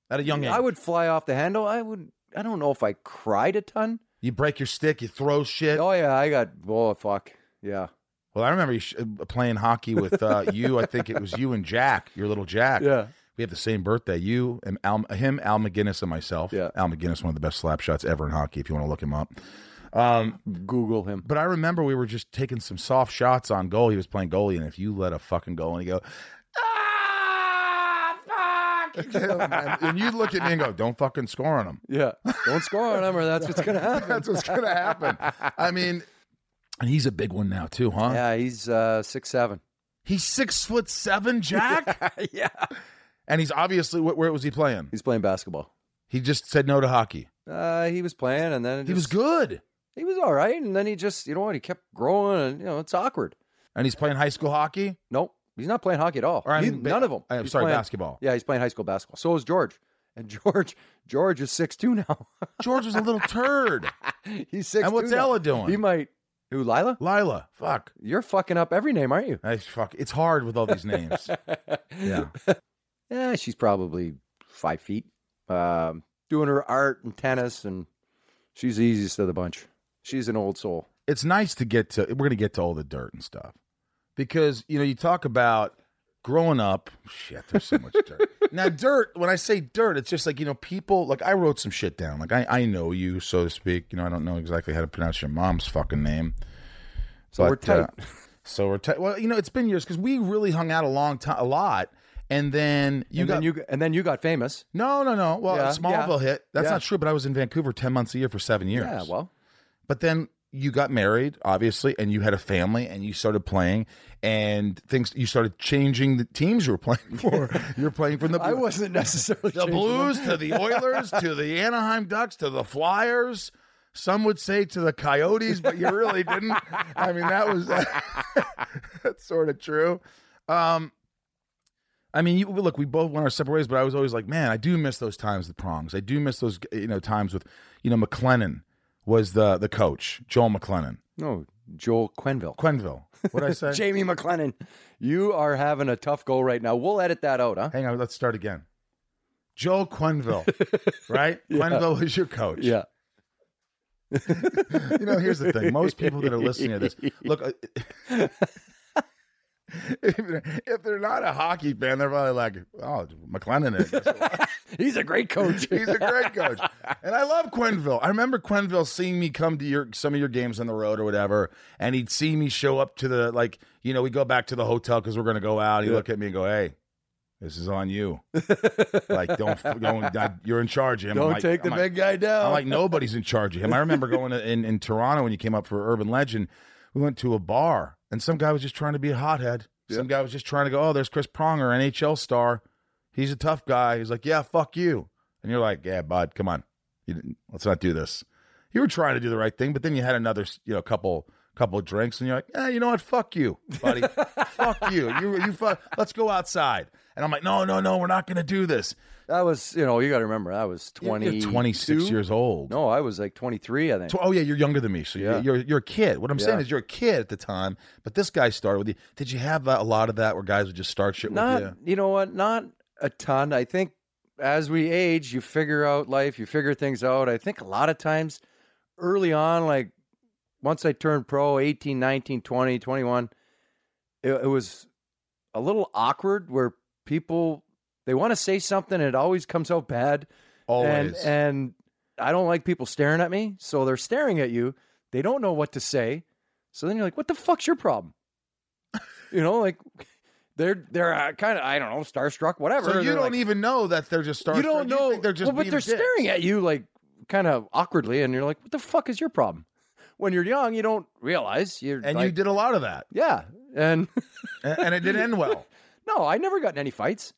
[SPEAKER 1] at a young age.
[SPEAKER 6] I would fly off the handle. I would. I don't know if I cried a ton.
[SPEAKER 1] you break your stick, you throw shit.
[SPEAKER 6] Oh yeah, I got. Oh fuck. Yeah.
[SPEAKER 1] Well, I remember you sh- uh, playing hockey with uh, you. I think it was you and Jack, your little Jack.
[SPEAKER 6] Yeah.
[SPEAKER 1] We have the same birthday. You and Al, him, Al McGinnis, and myself.
[SPEAKER 6] Yeah.
[SPEAKER 1] Al McGinnis, one of the best slap shots ever in hockey. If you want to look him up. Um,
[SPEAKER 6] Google him.
[SPEAKER 1] but I remember we were just taking some soft shots on goal. He was playing goalie, and if you let a fucking goal, and he go, ah, fucking him. And, and you look at me and go, don't fucking score on him.
[SPEAKER 6] Yeah. Don't score on him, or that's what's going to happen.
[SPEAKER 1] That's what's going to happen. I mean, and he's a big one now too, huh?
[SPEAKER 6] Yeah, he's uh, six seven.
[SPEAKER 1] He's six foot seven, Jack,
[SPEAKER 6] yeah.
[SPEAKER 1] and he's obviously wh- where was he playing?
[SPEAKER 6] He's playing basketball.
[SPEAKER 1] He just said no to hockey.
[SPEAKER 6] Uh, he was playing, and then it
[SPEAKER 1] He was
[SPEAKER 6] just-
[SPEAKER 1] good,
[SPEAKER 6] He was all right, and then he just, you know what? He kept growing, and you know it's awkward.
[SPEAKER 1] and he's playing high school hockey.
[SPEAKER 6] Nope, he's not playing hockey at all.
[SPEAKER 1] Or I
[SPEAKER 6] He-
[SPEAKER 1] mean, ba-
[SPEAKER 6] none of them.
[SPEAKER 1] I'm
[SPEAKER 6] He's
[SPEAKER 1] sorry,
[SPEAKER 6] playing-
[SPEAKER 1] basketball.
[SPEAKER 6] Yeah, he's playing high school basketball. So is George, and George, George is six two now.
[SPEAKER 1] George was a little turd.
[SPEAKER 6] he's six.
[SPEAKER 1] and what's Ella doing?
[SPEAKER 6] He might. Who Lila?
[SPEAKER 1] Lila, fuck.
[SPEAKER 6] You're fucking up every name, aren't you?
[SPEAKER 1] I, fuck. It's hard with all these names. yeah.
[SPEAKER 6] Yeah, she's probably five feet. Um, doing her art and tennis, and she's the easiest of the bunch. She's an old soul.
[SPEAKER 1] it's nice to get to we're going to get to all the dirt and stuff because you know you talk about growing up shit there's so much dirt now dirt when i say dirt it's just like you know people like i wrote some shit down like i i know you so to speak you know i don't know exactly how to pronounce your mom's fucking name
[SPEAKER 6] So we're tight.
[SPEAKER 1] uh, so we're tight well you know it's been years because we really hung out a long time a lot and then you
[SPEAKER 6] and
[SPEAKER 1] got
[SPEAKER 6] then you and then you got famous.
[SPEAKER 1] no no no well
[SPEAKER 6] Yeah,
[SPEAKER 1] smallville
[SPEAKER 6] yeah.
[SPEAKER 1] hit that's
[SPEAKER 6] Yeah.
[SPEAKER 1] not true but i was in vancouver 10 months a year for seven years
[SPEAKER 6] Yeah, well,
[SPEAKER 1] but then you got married, obviously, and you had a family, and you started playing, and things you started changing the teams you were playing for. You're playing from the
[SPEAKER 6] I wasn't necessarily
[SPEAKER 1] the Blues to the Oilers to the Anaheim Ducks to the Flyers. Some would say to the Coyotes, but you really didn't. I mean, that was that's sort of true. Um, I mean, you, look, we both went our separate ways, but I was always like, man, I do miss those times with prongs. I do miss those, you know, times with, you know, McLennan was the the coach, Joel McLennan,
[SPEAKER 6] No, Joel Quenville.
[SPEAKER 1] Quenville. What did I say?
[SPEAKER 6] Jamie McLennan, you are having a tough go right now. We'll edit that out, huh?
[SPEAKER 1] Hang on, let's start again. Joel Quenville, right? Quenville was your coach.
[SPEAKER 6] Yeah.
[SPEAKER 1] you know, here's the thing. Most people that are listening to this, look, uh, if, they're, if they're not a hockey fan, they're probably like, oh, McLennan is.
[SPEAKER 6] He's a great coach.
[SPEAKER 1] He's a great coach. And I love Quenville. I remember Quenville seeing me come to your some of your games on the road or whatever, and he'd see me show up to the, like, you know, we go back to the hotel because we're going to go out. He'd look at me and go, hey, this is on you. like, don't, don't, you're in charge. Jim. I'm
[SPEAKER 6] Don't
[SPEAKER 1] like-
[SPEAKER 6] take the
[SPEAKER 1] I'm like,
[SPEAKER 6] big guy down.
[SPEAKER 1] I'm like nobody's in charge of him. I remember going to, in in Toronto when you came up for Urban Legend. We went to a bar and some guy was just trying to be a hothead. Some guy was just trying to go, oh, there's Chris Pronger, NHL star. He's a tough guy. He's like, yeah, fuck you. And you're like, yeah, bud, come on, you didn't, let's not do this. You were trying to do the right thing, but then you had another, you know, couple couple of drinks, and you're like, eh, you know what? Fuck you, buddy. fuck you. You you. Fuck, let's go outside. And I'm like, no, no, no, we're not going to do this.
[SPEAKER 6] that was, you know, you got to remember, that was 20.
[SPEAKER 1] You're 26 years old.
[SPEAKER 6] No, I was like 23, I think.
[SPEAKER 1] Tw- oh yeah, you're younger than me, so yeah.
[SPEAKER 6] Yeah.
[SPEAKER 1] you're you're a kid. What I'm saying
[SPEAKER 6] Yeah.
[SPEAKER 1] is you're a kid at the time, but this guy started with you. Did you have that, a lot of that where guys would just start shit
[SPEAKER 6] not,
[SPEAKER 1] with you?
[SPEAKER 6] you know what? Not a ton. I think as we age, you figure out life, you figure things out. I think a lot of times early on, like once I turned pro, 18, 19, 20, 21, it, it was a little awkward where people, they want to say something and it always comes out bad.
[SPEAKER 1] Always.
[SPEAKER 6] And, and I don't like people staring at me. So they're staring at you. They don't know what to say. So then you're like, what the fuck's your problem? you know, like they're they're uh, kind of I don't know starstruck whatever.
[SPEAKER 1] so you
[SPEAKER 6] They're
[SPEAKER 1] don't
[SPEAKER 6] like-
[SPEAKER 1] even know that they're just starting.
[SPEAKER 6] you don't know
[SPEAKER 1] they're just
[SPEAKER 6] well, but
[SPEAKER 1] being
[SPEAKER 6] they're
[SPEAKER 1] dicks.
[SPEAKER 6] staring at you like kind of awkwardly, and you're like, what the fuck is your problem? When you're young, you don't realize you're
[SPEAKER 1] And you
[SPEAKER 6] like,
[SPEAKER 1] did a lot of that,
[SPEAKER 6] yeah, and
[SPEAKER 1] and, and it didn't end well.
[SPEAKER 6] no, I never got in any fights.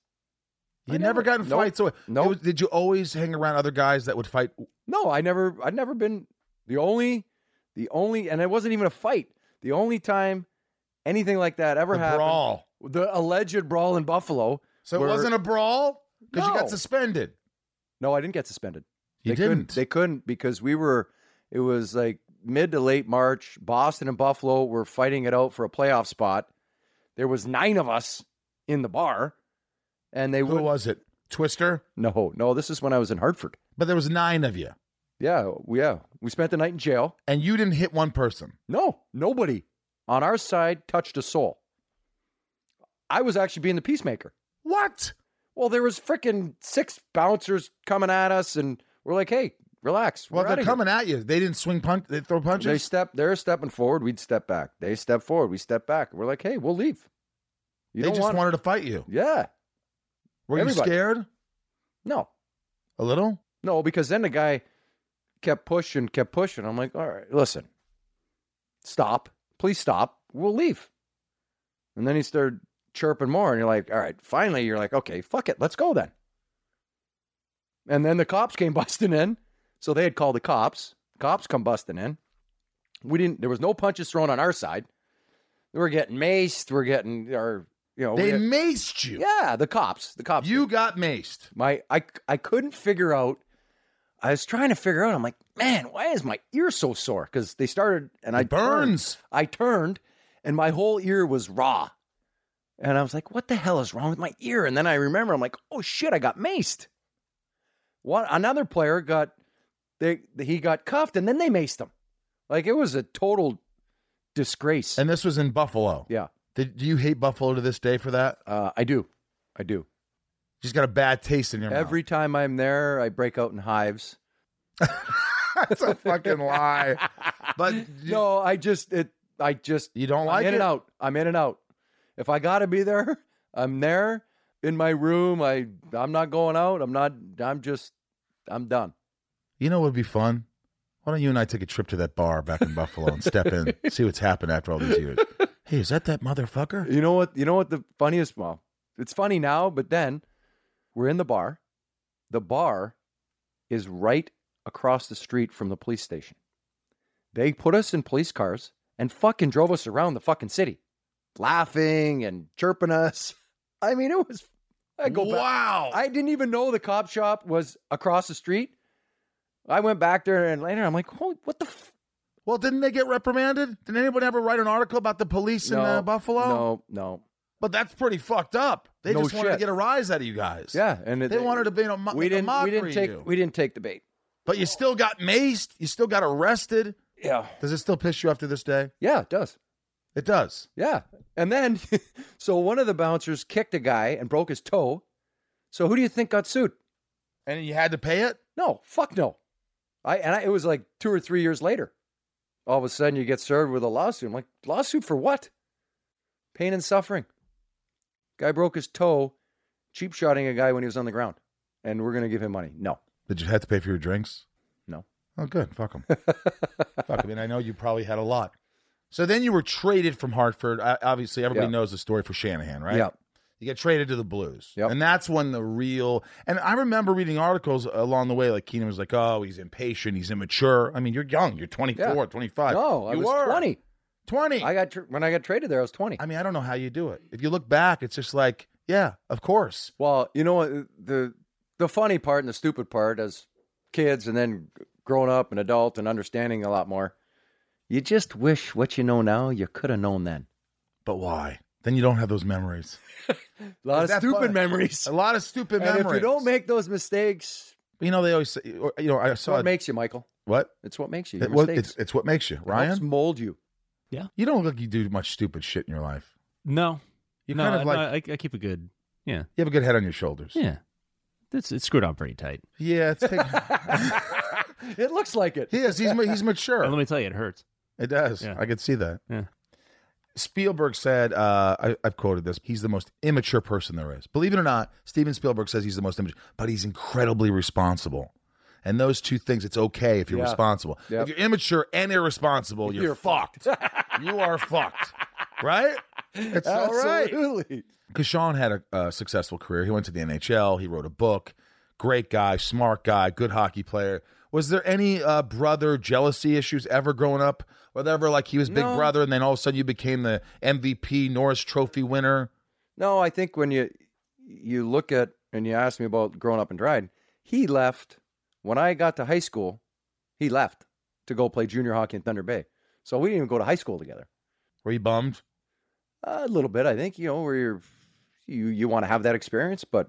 [SPEAKER 1] You never,
[SPEAKER 6] never-
[SPEAKER 1] got in
[SPEAKER 6] nope,
[SPEAKER 1] fights. So it
[SPEAKER 6] nope.
[SPEAKER 1] was- did you always hang around other guys that would fight?
[SPEAKER 6] No, I never I'd never been the only the only and it wasn't even a fight. The only time anything like that ever
[SPEAKER 1] The
[SPEAKER 6] happened
[SPEAKER 1] brawl.
[SPEAKER 6] the alleged brawl in Buffalo.
[SPEAKER 1] So
[SPEAKER 6] where-
[SPEAKER 1] it wasn't a brawl because you
[SPEAKER 6] No.
[SPEAKER 1] got suspended.
[SPEAKER 6] No, I didn't get suspended.
[SPEAKER 1] You
[SPEAKER 6] they
[SPEAKER 1] didn't.
[SPEAKER 6] Couldn't, they couldn't because we were. It was like mid to late March. Boston and Buffalo were fighting it out for a playoff spot. There was nine of us in the bar, and they
[SPEAKER 1] Who
[SPEAKER 6] would
[SPEAKER 1] was it? Twister.
[SPEAKER 6] no, no. This is when I was in Hartford.
[SPEAKER 1] But there was nine of you,
[SPEAKER 6] Yeah, we- yeah. We spent the night in jail.
[SPEAKER 1] and you didn't hit one person.
[SPEAKER 6] No, nobody on our side touched a soul. I was actually being the peacemaker.
[SPEAKER 1] What?
[SPEAKER 6] Well, there was freaking six bouncers coming at us, and we're like, "Hey, relax."
[SPEAKER 1] Well,
[SPEAKER 6] we're outta
[SPEAKER 1] they're
[SPEAKER 6] here."
[SPEAKER 1] coming at you. They didn't swing punch. They throw punches.
[SPEAKER 6] They step. They're stepping forward. We'd step back. They step forward. We step back. We're like, hey, we'll leave. You
[SPEAKER 1] they
[SPEAKER 6] don't
[SPEAKER 1] just
[SPEAKER 6] want.
[SPEAKER 1] wanted to fight you.
[SPEAKER 6] yeah.
[SPEAKER 1] Were you
[SPEAKER 6] Everybody.
[SPEAKER 1] scared?
[SPEAKER 6] No,
[SPEAKER 1] A little?
[SPEAKER 6] no, because then the guy kept pushing, kept pushing. I'm like, all right, listen, stop, please stop. We'll leave. And then he started chirping more, and you're like, all right, finally, you're like, okay, fuck it, let's go then. And then the cops came busting in, so they had called the cops. Cops come busting in. We didn't. There was no punches thrown on our side. We were getting maced. We're getting our, you know, we
[SPEAKER 1] They
[SPEAKER 6] had-
[SPEAKER 1] maced you.
[SPEAKER 6] Oh, yeah, the cops, the cops.
[SPEAKER 1] You got maced.
[SPEAKER 6] My I I couldn't figure out. I was trying to figure out. I'm like, man, why is my ear so sore? Because they started and I
[SPEAKER 1] It burns.
[SPEAKER 6] Turned, I turned, and my whole ear was raw. And I was like, what the hell is wrong with my ear? And then I remember, I'm like, oh shit, I got maced. One another player got they he got cuffed, and then they maced him. Like it was a total disgrace.
[SPEAKER 1] And this was in Buffalo.
[SPEAKER 6] yeah,
[SPEAKER 1] Did, do you hate Buffalo to this day for that?
[SPEAKER 6] uh, I do, I do.
[SPEAKER 1] Just got a bad taste in your
[SPEAKER 6] Every time I'm there, I break out in hives.
[SPEAKER 1] mouth. That's a fucking lie. But you,
[SPEAKER 6] No, I just it. I just
[SPEAKER 1] you don't Uh, like
[SPEAKER 6] I'm in
[SPEAKER 1] it?
[SPEAKER 6] and out. I'm in and out. If I gotta be there, I'm there in my room. I I'm not going out. I'm not. I'm just. I'm done.
[SPEAKER 1] You know what would be fun? Why don't you and I take a trip to that bar back in Buffalo and step in, see what's happened after all these years? Hey, is that that motherfucker?
[SPEAKER 6] You know what? You know what? The funniest. Well, it's funny now, but then we're in the bar. The bar is right across the street from the police station. They put us in police cars and fucking drove us around the fucking city, laughing and chirping us. I mean, it was. I go back.
[SPEAKER 1] wow.
[SPEAKER 6] I didn't even know the cop shop was across the street. I went back there and later I'm like, holy, what the? F-?
[SPEAKER 1] well, didn't they get reprimanded? Did anyone ever write an article about the police in uh, Buffalo?
[SPEAKER 6] No, no.
[SPEAKER 1] But that's pretty fucked up. They
[SPEAKER 6] No
[SPEAKER 1] just wanted to
[SPEAKER 6] shit.
[SPEAKER 1] get a rise out of you guys.
[SPEAKER 6] Yeah, and it,
[SPEAKER 1] They wanted to be in a, mo-
[SPEAKER 6] we
[SPEAKER 1] make a
[SPEAKER 6] didn't we
[SPEAKER 1] mockery
[SPEAKER 6] didn't
[SPEAKER 1] of
[SPEAKER 6] take
[SPEAKER 1] you.
[SPEAKER 6] we didn't take the bait.
[SPEAKER 1] but you still got maced. You still got arrested.
[SPEAKER 6] Yeah,
[SPEAKER 1] Does it still piss you off to this day?
[SPEAKER 6] yeah, it does.
[SPEAKER 1] It does.
[SPEAKER 6] Yeah, and then so one of the bouncers kicked a guy and broke his toe. So who do you think got sued?
[SPEAKER 1] And you had to pay it?
[SPEAKER 6] No, fuck no. I and I, it was like two or three years later. All of a sudden, you get served with a lawsuit. I'm like, lawsuit for what? Pain and suffering. Guy broke his toe, cheap shotting a guy when he was on the ground, and we're gonna give him money. No,
[SPEAKER 1] Did you have to pay for your drinks?
[SPEAKER 6] No.
[SPEAKER 1] Oh, good. Fuck them. Fuck. I mean, I know you probably had a lot. So then you were traded from Hartford. I, obviously, everybody
[SPEAKER 6] Yeah.
[SPEAKER 1] knows the story for Shanahan, right?
[SPEAKER 6] yeah,
[SPEAKER 1] You get traded to the Blues.
[SPEAKER 6] Yep.
[SPEAKER 1] And that's when the real. And I remember reading articles along the way, like Keenan was like, oh, he's impatient. He's immature. I mean, you're young. You're 24,
[SPEAKER 6] Yeah.
[SPEAKER 1] 25.
[SPEAKER 6] no, I
[SPEAKER 1] you
[SPEAKER 6] was
[SPEAKER 1] were.
[SPEAKER 6] twenty.
[SPEAKER 1] 20.
[SPEAKER 6] I got tr- when I got traded there, I was twenty.
[SPEAKER 1] I mean, I don't know how you do it. If you look back, it's just like, yeah, of course.
[SPEAKER 6] Well, you know what the the funny part and the stupid part as kids and then growing up and adult and understanding a lot more. You just wish what you know now you could have known then.
[SPEAKER 1] But why? Then you don't have those memories.
[SPEAKER 6] A lot
[SPEAKER 1] Is
[SPEAKER 6] of
[SPEAKER 1] that
[SPEAKER 6] stupid
[SPEAKER 1] fun?
[SPEAKER 6] memories.
[SPEAKER 1] A lot of stupid
[SPEAKER 6] And
[SPEAKER 1] memories.
[SPEAKER 6] if you don't make those mistakes,
[SPEAKER 1] You know, they always say, or, you know, I
[SPEAKER 6] it's
[SPEAKER 1] saw
[SPEAKER 6] what makes you, Michael.
[SPEAKER 1] what?
[SPEAKER 6] It's what makes you. Your
[SPEAKER 1] It, what
[SPEAKER 6] mistakes.
[SPEAKER 1] it's, it's what makes you,
[SPEAKER 6] It helps
[SPEAKER 1] Ryan.
[SPEAKER 6] mold you.
[SPEAKER 1] You don't look like you do much stupid shit in your life.
[SPEAKER 8] No,
[SPEAKER 1] You
[SPEAKER 8] no,
[SPEAKER 1] kind of
[SPEAKER 8] I-
[SPEAKER 1] like
[SPEAKER 8] no, I, I keep a good. Yeah,
[SPEAKER 1] you have a good head on your shoulders.
[SPEAKER 8] yeah. It's it's screwed on pretty tight.
[SPEAKER 1] Yeah, it's take,
[SPEAKER 6] It looks like it.
[SPEAKER 1] he is. He's ma- he's mature.
[SPEAKER 8] And let me tell you, it hurts.
[SPEAKER 1] it does.
[SPEAKER 8] Yeah.
[SPEAKER 1] I could see that.
[SPEAKER 8] Yeah.
[SPEAKER 1] Spielberg said, uh, I, I've quoted this. He's the most immature person there is. Believe it or not, Steven Spielberg says he's the most immature, but he's incredibly responsible. And those two things, it's okay if you're
[SPEAKER 6] Yeah.
[SPEAKER 1] responsible.
[SPEAKER 6] Yep.
[SPEAKER 1] If you're immature and irresponsible, you're,
[SPEAKER 6] You're
[SPEAKER 1] fucked. you are fucked, right? It's all right.
[SPEAKER 6] Absolutely.
[SPEAKER 1] Kashawn had a, a successful career. He went to the NHL. He wrote a book. Great guy, smart guy, good hockey player. Was there any uh, brother jealousy issues ever growing up? Whatever, like he was big
[SPEAKER 6] No.
[SPEAKER 1] brother, and then all of a sudden you became the MVP Norris Trophy winner.
[SPEAKER 6] No, I think when you you look at and you ask me about growing up in Dryden, he left when I got to high school. He left to go play junior hockey in Thunder Bay. So we didn't even go to high school together.
[SPEAKER 1] Were you bummed?
[SPEAKER 6] A little bit, I think. You know, where you're, you you want to have that experience, but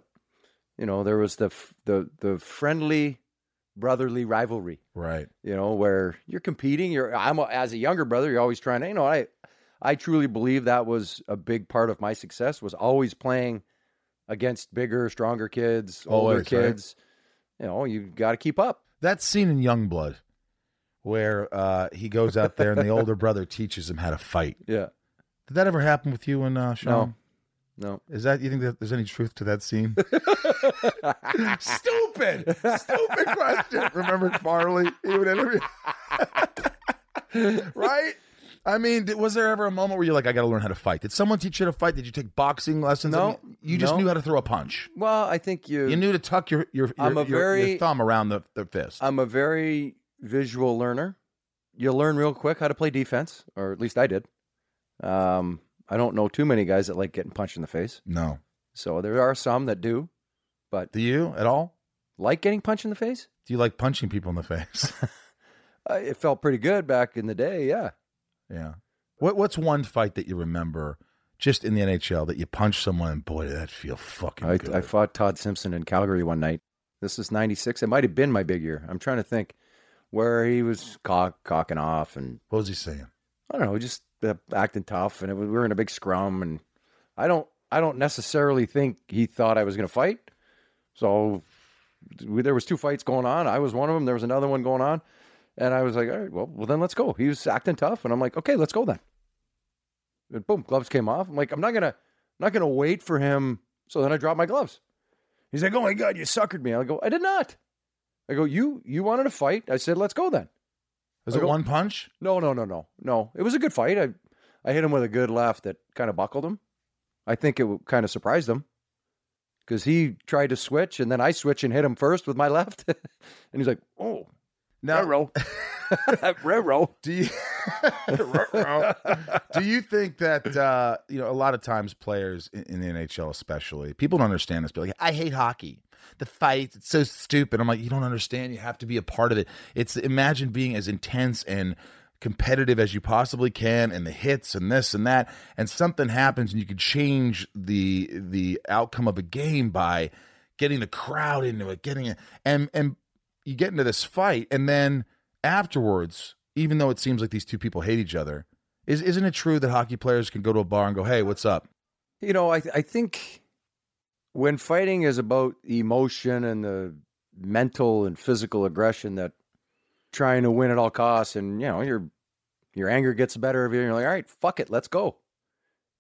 [SPEAKER 6] you know, there was the f- the the friendly, brotherly rivalry.
[SPEAKER 1] Right.
[SPEAKER 6] you know, where you're competing. You're I'm a, as a younger brother, you're always trying to. You know, I I truly believe that was a big part of my success was always playing against bigger, stronger kids, older
[SPEAKER 1] Always, right?
[SPEAKER 6] kids. You know, you got to keep up.
[SPEAKER 1] That scene in Youngblood where uh, he goes out there and the older brother teaches him how to fight.
[SPEAKER 6] Yeah,
[SPEAKER 1] Did that ever happen with you and uh, Sean?
[SPEAKER 6] No.
[SPEAKER 1] Is that you think that there's any truth to that scene? stupid, stupid question. Remember Farley? He would interview, right? I mean, did- was there ever a moment where you're like, I got to learn how to fight? Did someone teach you to fight? Did you take boxing lessons? I
[SPEAKER 6] No,
[SPEAKER 1] mean, you just
[SPEAKER 6] no.
[SPEAKER 1] knew how to throw a punch.
[SPEAKER 6] well, I think you.
[SPEAKER 1] You knew to tuck your your your,
[SPEAKER 6] I'm a
[SPEAKER 1] your- your
[SPEAKER 6] very-
[SPEAKER 1] thumb around the, the fist.
[SPEAKER 6] I'm a very visual learner. You learn real quick how to play defense, or at least I did. Um, I don't know too many guys that like getting punched in the face.
[SPEAKER 1] no,
[SPEAKER 6] So there are some that do, but
[SPEAKER 1] do you at all?
[SPEAKER 6] like getting punched in the face.
[SPEAKER 1] Do you like punching people in the face?
[SPEAKER 6] Uh, it felt pretty good back in the day. Yeah.
[SPEAKER 1] yeah. What What's one fight that you remember just in the NHL that you punched someone and boy did that feel fucking
[SPEAKER 6] I,
[SPEAKER 1] good?
[SPEAKER 6] I fought Todd Simpson in Calgary one night. This is 96. It might have been my big year. I'm trying to think where he was cock, cocking off and
[SPEAKER 1] what was he saying?
[SPEAKER 6] I don't know, just uh, acting tough. And it was, we were in a big scrum and I don't, I don't necessarily think he thought I was going to fight. So we, there was two fights going on. I was one of them. There was another one going on. And I was like, all right, well, well then let's go. He was acting tough. And I'm like, okay, let's go then. And boom, gloves came off. I'm like, I'm not going to, not going to wait for him. So then I dropped my gloves. He's like, oh my God, you suckered me. I go, I did not. I go, you, you wanted to fight. I said, let's go then.
[SPEAKER 1] Was
[SPEAKER 6] I
[SPEAKER 1] it
[SPEAKER 6] go-
[SPEAKER 1] one punch?
[SPEAKER 6] No, no, no, no, no. It was a good fight. I, I hit him with a good left that kind of buckled him. I think it kind of surprised him because he tried to switch and then I switch and hit him first with my left, and he's like, "Oh,
[SPEAKER 1] No.
[SPEAKER 6] railroad."
[SPEAKER 1] Do you do you think that uh, you know a lot of times players in, in the NHL, especially people don't understand this? Be like, I hate hockey. The fights, it's so stupid. I'm like, you don't understand. You have to be a part of it. It's imagine being as intense and competitive as you possibly can, and the hits and this and that, and something happens, and you could change the the outcome of a game by getting the crowd into it, getting it, and and you get into this fight, and then afterwards, even though it seems like these two people hate each other, is isn't it true that hockey players can go to a bar and go, "Hey, what's up?"
[SPEAKER 6] You know, I I think when fighting is about emotion and the mental and physical aggression that trying to win at all costs, and you know your your anger gets the better of you, and you're like, all right, fuck it, let's go.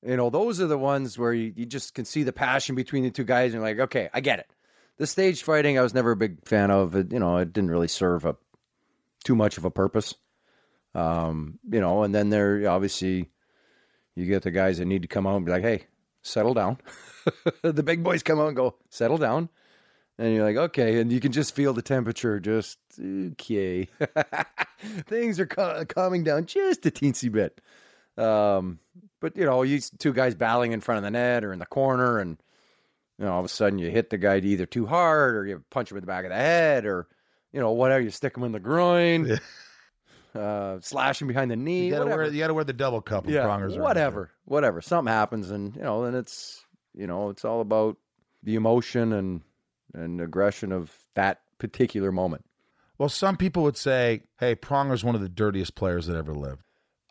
[SPEAKER 6] You know, those are the ones where you, you just can see the passion between the two guys, and you're like, okay, I get it. The stage fighting, I was never a big fan of. It, you know, it didn't really serve a too much of a purpose. Um, you know, and then there obviously you get the guys that need to come out and be like, hey, settle down. the big boys come out and go, settle down. And you're like, okay. And you can just feel the temperature just, okay. Things are cal- calming down just a teensy bit. Um, but, you know, you two guys battling in front of the net or in the corner, and, you know, all of a sudden you hit the guy either too hard or you punch him in the back of the head or, you know, whatever. You stick him in the groin, uh, slash him behind the knee.
[SPEAKER 1] You gotta
[SPEAKER 6] whatever
[SPEAKER 1] wear you gotta wear the double cup of prongers. around
[SPEAKER 6] whatever, whatever. Something happens, and you know, and it's you know, it's all about the emotion and and aggression of that particular moment.
[SPEAKER 1] here. Well, some people would say, "Hey, Pronger's one of the dirtiest players that ever lived."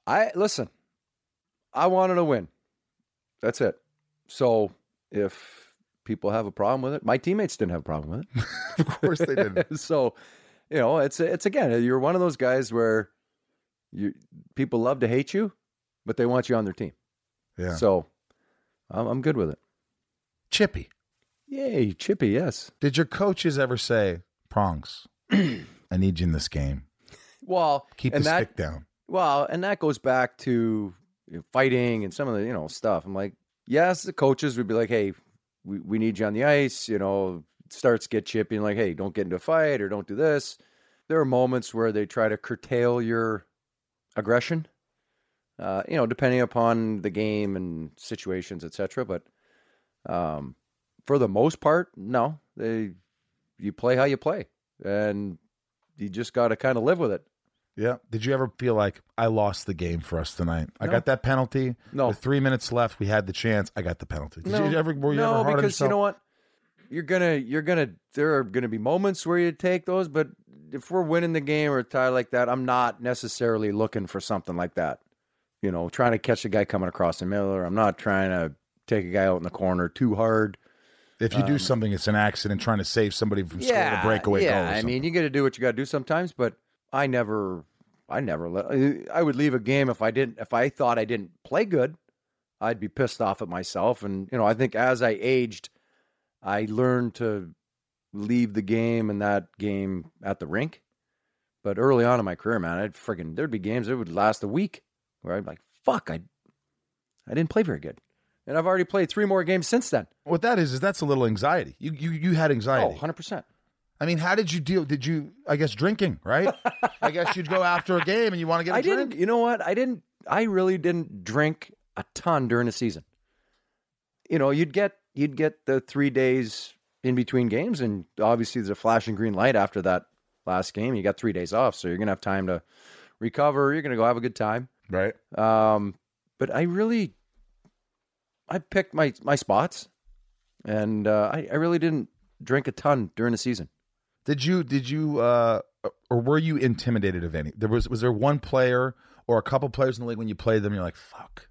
[SPEAKER 6] I listen. I wanted to win. That's it. So if people have a problem with it, my teammates didn't have a problem with it.
[SPEAKER 1] of course they did.
[SPEAKER 6] so, you know, it's it's again, you're one of those guys where you people love to hate you, but they want you on their team.
[SPEAKER 1] Yeah,
[SPEAKER 6] So, I'm, I'm good with it.
[SPEAKER 1] Chippy.
[SPEAKER 6] Yay, Chippy! Yes.
[SPEAKER 1] Did your coaches ever say, "Prongs, I need you in this game.
[SPEAKER 6] Well,
[SPEAKER 1] Keep
[SPEAKER 6] and
[SPEAKER 1] the
[SPEAKER 6] that,
[SPEAKER 1] stick down."
[SPEAKER 6] Well, and that goes back to you know, fighting and some of the you know stuff. I'm like, yes, the coaches would be like, hey, we, we need you on the ice. You know, starts get chippy and like, hey, don't get into a fight or don't do this. There are moments where they try to curtail your aggression. Uh, you know, depending upon the game and situations, etc. But um, for the most part, no, they you play how you play, and you just got to kind of live with it.
[SPEAKER 1] Yeah. Did you ever feel like I lost the game for us tonight? I
[SPEAKER 6] No.
[SPEAKER 1] got that penalty.
[SPEAKER 6] No,
[SPEAKER 1] With three minutes left, we had the chance. I got the penalty. Did you ever? Were you
[SPEAKER 6] no,
[SPEAKER 1] ever hard on
[SPEAKER 6] because you
[SPEAKER 1] yourself?
[SPEAKER 6] know what? You're gonna, you're gonna. There are gonna be moments where you take those, but if we're winning the game or a tie like that, I'm not necessarily looking for something like that. You know, trying to catch a guy coming across the middle, or I'm not trying to take a guy out in the corner too hard.
[SPEAKER 1] If you do
[SPEAKER 6] Um,
[SPEAKER 1] something, it's an accident trying to save somebody from scoring a breakaway
[SPEAKER 6] yeah.
[SPEAKER 1] goal. or
[SPEAKER 6] I
[SPEAKER 1] something.
[SPEAKER 6] mean, you got to do what you got to do sometimes, but I never, I never let. I would leave a game if I didn't, if I thought I didn't play good. I'd be pissed off at myself. And, you know, I think as I aged, I learned to leave the game and that game at the rink. But early on in my career, man, I'd friggin' there'd be games that would last a week where I'd be like, fuck, I I didn't play very good. And I've already played three more games since then.
[SPEAKER 1] What that is is that's a little anxiety. You you you had
[SPEAKER 6] Oh,
[SPEAKER 1] anxiety.
[SPEAKER 6] 100%.
[SPEAKER 1] I mean, how did you deal? Did you? I guess drinking, right? I guess you'd go after a game and you want to get a
[SPEAKER 6] I
[SPEAKER 1] drink.
[SPEAKER 6] didn't, you know what? I didn't, I really didn't drink a ton during the season. You know, you'd get, you'd get the three days in between games. And obviously there's a flashing green light after that last game. You got three days off. So you're going to have time to recover. You're going to go have a good time.
[SPEAKER 1] Right.
[SPEAKER 6] Um, but I really, I picked my, my spots and, uh, I, I really didn't drink a ton during the season.
[SPEAKER 1] Did you? Did you? uh Or were you intimidated of any? There was. Was there one player or a couple players in the league when you played them? You're like, fuck.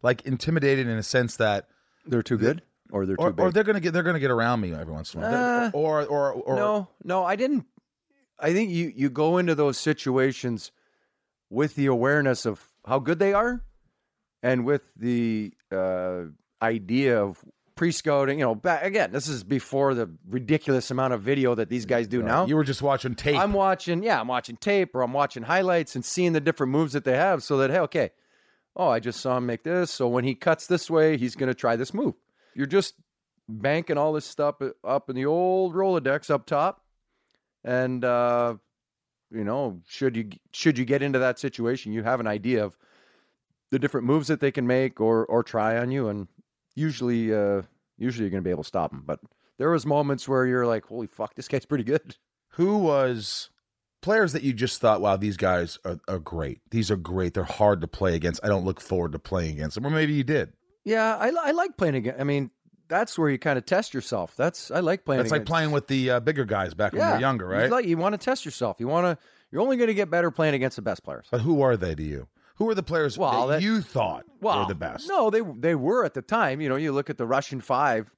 [SPEAKER 1] Like intimidated in a sense that,
[SPEAKER 6] They're too good or they're too
[SPEAKER 1] or,
[SPEAKER 6] big.
[SPEAKER 1] or they're gonna get they're gonna get around me every once in a while,
[SPEAKER 6] Uh,
[SPEAKER 1] or or or
[SPEAKER 6] no, no, I didn't. I think you you go into those situations with the awareness of how good they are, and with the uh, idea of pre-scouting. You know, back, again, this is before the ridiculous amount of video that these guys do now.
[SPEAKER 1] You were just watching tape.
[SPEAKER 6] I'm watching, yeah, I'm watching tape or I'm watching highlights and seeing the different moves that they have so that, hey, okay, oh, I just saw him make this. So when he cuts this way, he's going to try this move. You're just banking all this stuff up in the old Rolodex up top. And, uh, you know, should you should you get into that situation, you have an idea of the different moves that they can make or or try on you, and usually uh, usually you're going to be able to stop them. But there was moments where you're like, "Holy fuck, this guy's pretty good."
[SPEAKER 1] who was players that you just thought, wow, these guys are, are great. These are great. They're hard to play against. I don't look forward to playing against them. Or maybe you did.
[SPEAKER 6] Yeah, I, li- I like playing again. I mean, that's where you kind of test yourself. That's I like playing.
[SPEAKER 1] That's like
[SPEAKER 6] against-
[SPEAKER 1] playing with the uh, bigger guys back when you were younger,
[SPEAKER 6] You
[SPEAKER 1] right?
[SPEAKER 6] like- You, want to test yourself. You want to. You're only going to get better playing against the best players.
[SPEAKER 1] but who are they to you? Who are the players
[SPEAKER 6] Well,
[SPEAKER 1] that,
[SPEAKER 6] that-
[SPEAKER 1] you thought
[SPEAKER 6] Well,
[SPEAKER 1] were the best?
[SPEAKER 6] No, they they were at the time. You know, you look at the Russian five.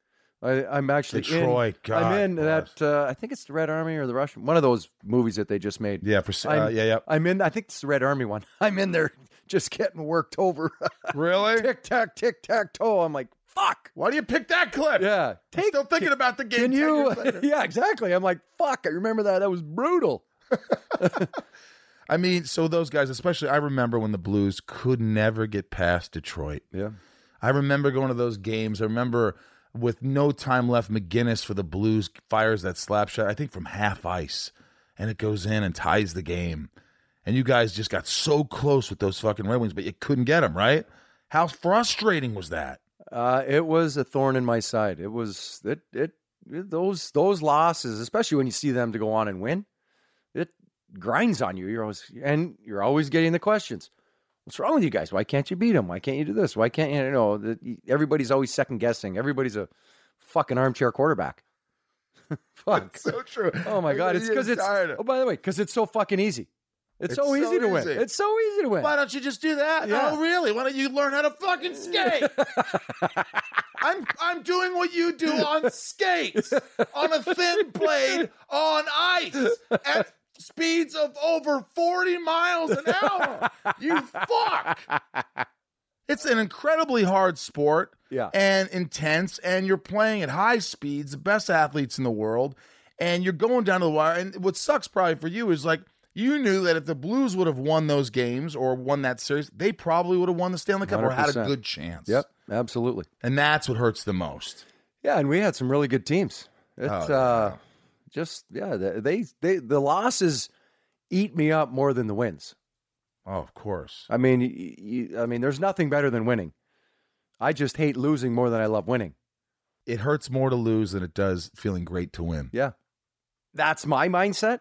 [SPEAKER 6] I, I'm actually
[SPEAKER 1] Detroit,
[SPEAKER 6] In,
[SPEAKER 1] God
[SPEAKER 6] I'm in
[SPEAKER 1] bless.
[SPEAKER 6] that. Uh, I think it's the Red Army or the Russian. One of those movies that they just made.
[SPEAKER 1] Yeah, for uh,
[SPEAKER 6] I'm-
[SPEAKER 1] yeah, yeah.
[SPEAKER 6] I'm in. I think it's the Red Army one. I'm in there, just getting worked over.
[SPEAKER 1] Really?
[SPEAKER 6] tick tack, tick tack toe. I'm like, fuck.
[SPEAKER 1] Why do you pick that clip?
[SPEAKER 6] Yeah,
[SPEAKER 1] I'm still thinking about the game.
[SPEAKER 6] Can
[SPEAKER 1] 10
[SPEAKER 6] you?
[SPEAKER 1] years later.
[SPEAKER 6] yeah, exactly. I'm like, fuck. I remember that. That was brutal.
[SPEAKER 1] I mean, so those guys, especially, I remember when the Blues could never get past Detroit.
[SPEAKER 6] Yeah.
[SPEAKER 1] I remember going to those games. I remember with no time left, McGinnis for the Blues fires that slap shot, I think from half ice, and it goes in and ties the game. And you guys just got so close with those fucking Red Wings, but you couldn't get them, right? How frustrating was that?
[SPEAKER 6] Uh, it was a thorn in my side. It was it it it- those those losses, especially when you see them to go on and win, it grinds on you. You're always and you're always getting the questions. What's wrong with you guys? Why can't you beat them? Why can't you do this? Why can't you, you know? the- Everybody's always second guessing. Everybody's a fucking armchair quarterback. Fuck.
[SPEAKER 1] So true.
[SPEAKER 6] Oh my god, it's because it's. Oh, by the way, because it's so fucking easy. It's,
[SPEAKER 1] It's
[SPEAKER 6] so
[SPEAKER 1] so
[SPEAKER 6] easy to win.
[SPEAKER 1] easy.
[SPEAKER 6] It's so easy to win.
[SPEAKER 1] Why don't you just do that?
[SPEAKER 6] Yeah.
[SPEAKER 1] Oh, really? Why don't you learn how to fucking skate? I'm I'm doing what you do on skates, on a thin blade, on ice, at speeds of over 40 miles an hour. You fuck. It's an incredibly hard sport
[SPEAKER 6] Yeah.
[SPEAKER 1] and intense, and you're playing at high speeds, the best athletes in the world, and you're going down to the wire. And what sucks probably for you is like you knew that if the Blues would have won those games or won that series, they probably would have won the Stanley Cup or had a
[SPEAKER 6] 100%.
[SPEAKER 1] good chance.
[SPEAKER 6] Yep, absolutely.
[SPEAKER 1] And that's what hurts the most.
[SPEAKER 6] Yeah, and we had some really good teams. It's
[SPEAKER 1] Oh, yeah.
[SPEAKER 6] uh, just yeah, the- they they the losses eat me up more than the wins.
[SPEAKER 1] Oh, of course.
[SPEAKER 6] I mean, y y- I mean, there's nothing better than winning. I just hate losing more than I love winning.
[SPEAKER 1] It hurts more to lose than it does feeling great to win.
[SPEAKER 6] Yeah, that's my mindset.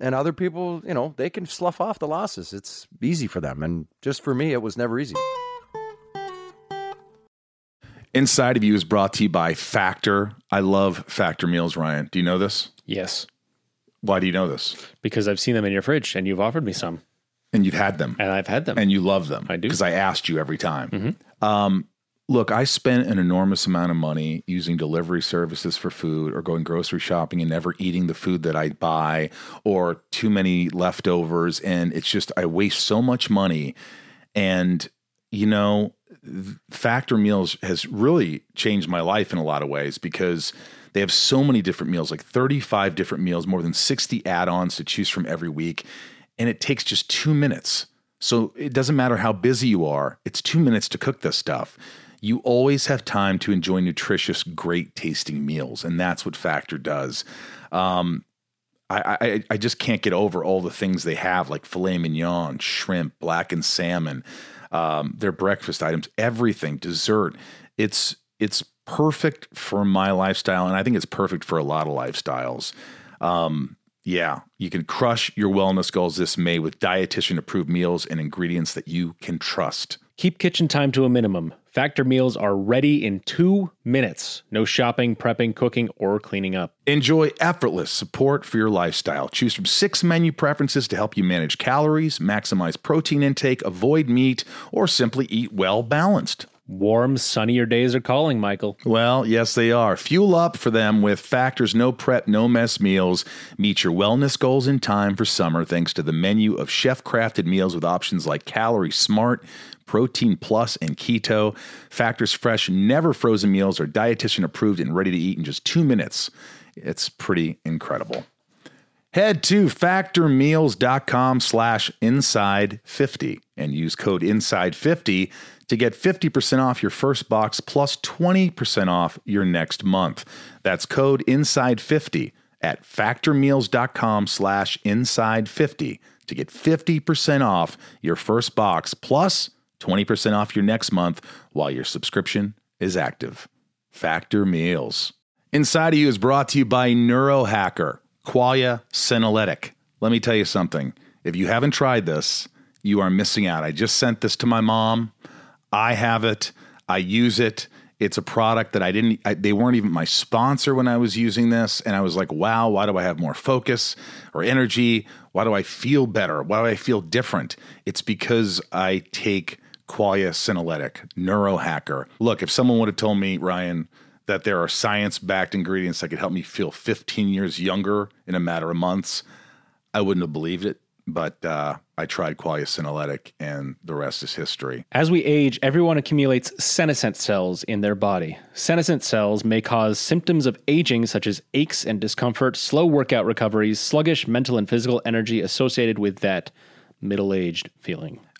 [SPEAKER 6] And other people, you know, they can slough off the losses. It's easy for them, and just for me, it was never easy.
[SPEAKER 7] Inside of You is brought to you by Factor. I love Factor meals, Ryan. Do you know this?
[SPEAKER 2] Yes,
[SPEAKER 7] Why do you know this?
[SPEAKER 2] because I've seen them in your fridge and you've offered me some,
[SPEAKER 7] And you've had them.
[SPEAKER 2] and I've had them.
[SPEAKER 7] and you love them.
[SPEAKER 2] I do. Mm-hmm.
[SPEAKER 7] because I asked you every time. Um, look, I spent an enormous amount of money using delivery services for food, or going grocery shopping and never eating the food that I buy, or too many leftovers, and it's just I waste so much money. And
[SPEAKER 1] you know, th- Factor Meals has really changed my life in a lot of ways because they have so many different meals, like 35 different meals, more than 60 add ons to choose from every week. And it takes just two minutes. So it doesn't matter how busy you are, it's two minutes to cook this stuff. You always have time to enjoy nutritious, great tasting meals. And that's what Factor does. Um, I, I I just can't get over all the things they have, like filet mignon, shrimp, blackened salmon, um, their breakfast items, everything, dessert. It's it's perfect for my lifestyle, and I think it's perfect for a lot of lifestyles. Um, yeah, you can crush your wellness goals this May with dietitian approved meals and ingredients that you can trust.
[SPEAKER 2] Keep kitchen time to a minimum. Factor meals are ready in two minutes. No shopping, prepping, cooking, or cleaning up.
[SPEAKER 1] Enjoy effortless support for your lifestyle. Choose from six menu preferences to help you manage calories, maximize protein intake, avoid meat, or simply eat well balanced.
[SPEAKER 2] Warm, sunnier days are calling, Michael.
[SPEAKER 1] Well, yes, they are. Fuel up for them with Factor's no prep, no mess meals. Meet your wellness goals in time for summer thanks to the menu of chef crafted meals with options like Calorie Smart, Protein Plus, and Keto. Factor's fresh, never frozen meals are dietitian approved and ready to eat in just two minutes. It's pretty incredible. Head to factormeals.com slash inside50 and use code inside50 to get 50% off your first box plus 20% off your next month. That's code inside50 at factormeals.com slash inside50 to get 50% off your first box plus 20% off your next month while your subscription is active. Factor Meals. Inside of You is brought to you by Neurohacker, Qualia Senolytic. Let me tell you something. If you haven't tried this, you are missing out. I just sent this to my mom. I have it. I use it. It's a product that I didn't, I, they weren't even my sponsor when I was using this. And I was like, wow, why do I have more focus or energy? Why do I feel better? Why do I feel different? It's because I take Qualia Synolytic, Neurohacker. Look, if someone would have told me, Ryan, that there are science backed ingredients that could help me feel 15 years younger in a matter of months, I wouldn't have believed it. But uh, I tried Qualia Synolytic, and the rest is history.
[SPEAKER 2] As we age, everyone accumulates senescent cells in their body. Senescent cells may cause symptoms of aging such as aches and discomfort, slow workout recoveries, sluggish mental and physical energy associated with that middle aged feeling.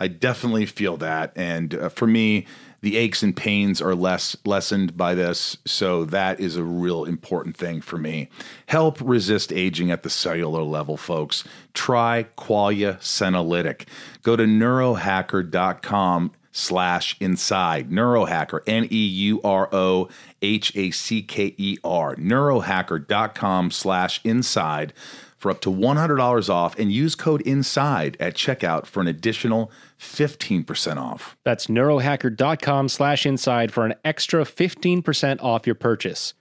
[SPEAKER 1] I definitely feel that and uh, for me the aches and pains are less lessened by this, so that is a real important thing for me. Help resist aging at the cellular level, folks. Try Qualia Senolytic. Go to neurohacker.com slash inside. Neurohacker, E N-E-U-R-O-H-A-C-K-E-R. E Neurohacker.com slash inside for up to $100 off and use code INSIDE at checkout for an additional 15% off.
[SPEAKER 2] That's neurohacker.com slash inside for an extra 15% off your purchase.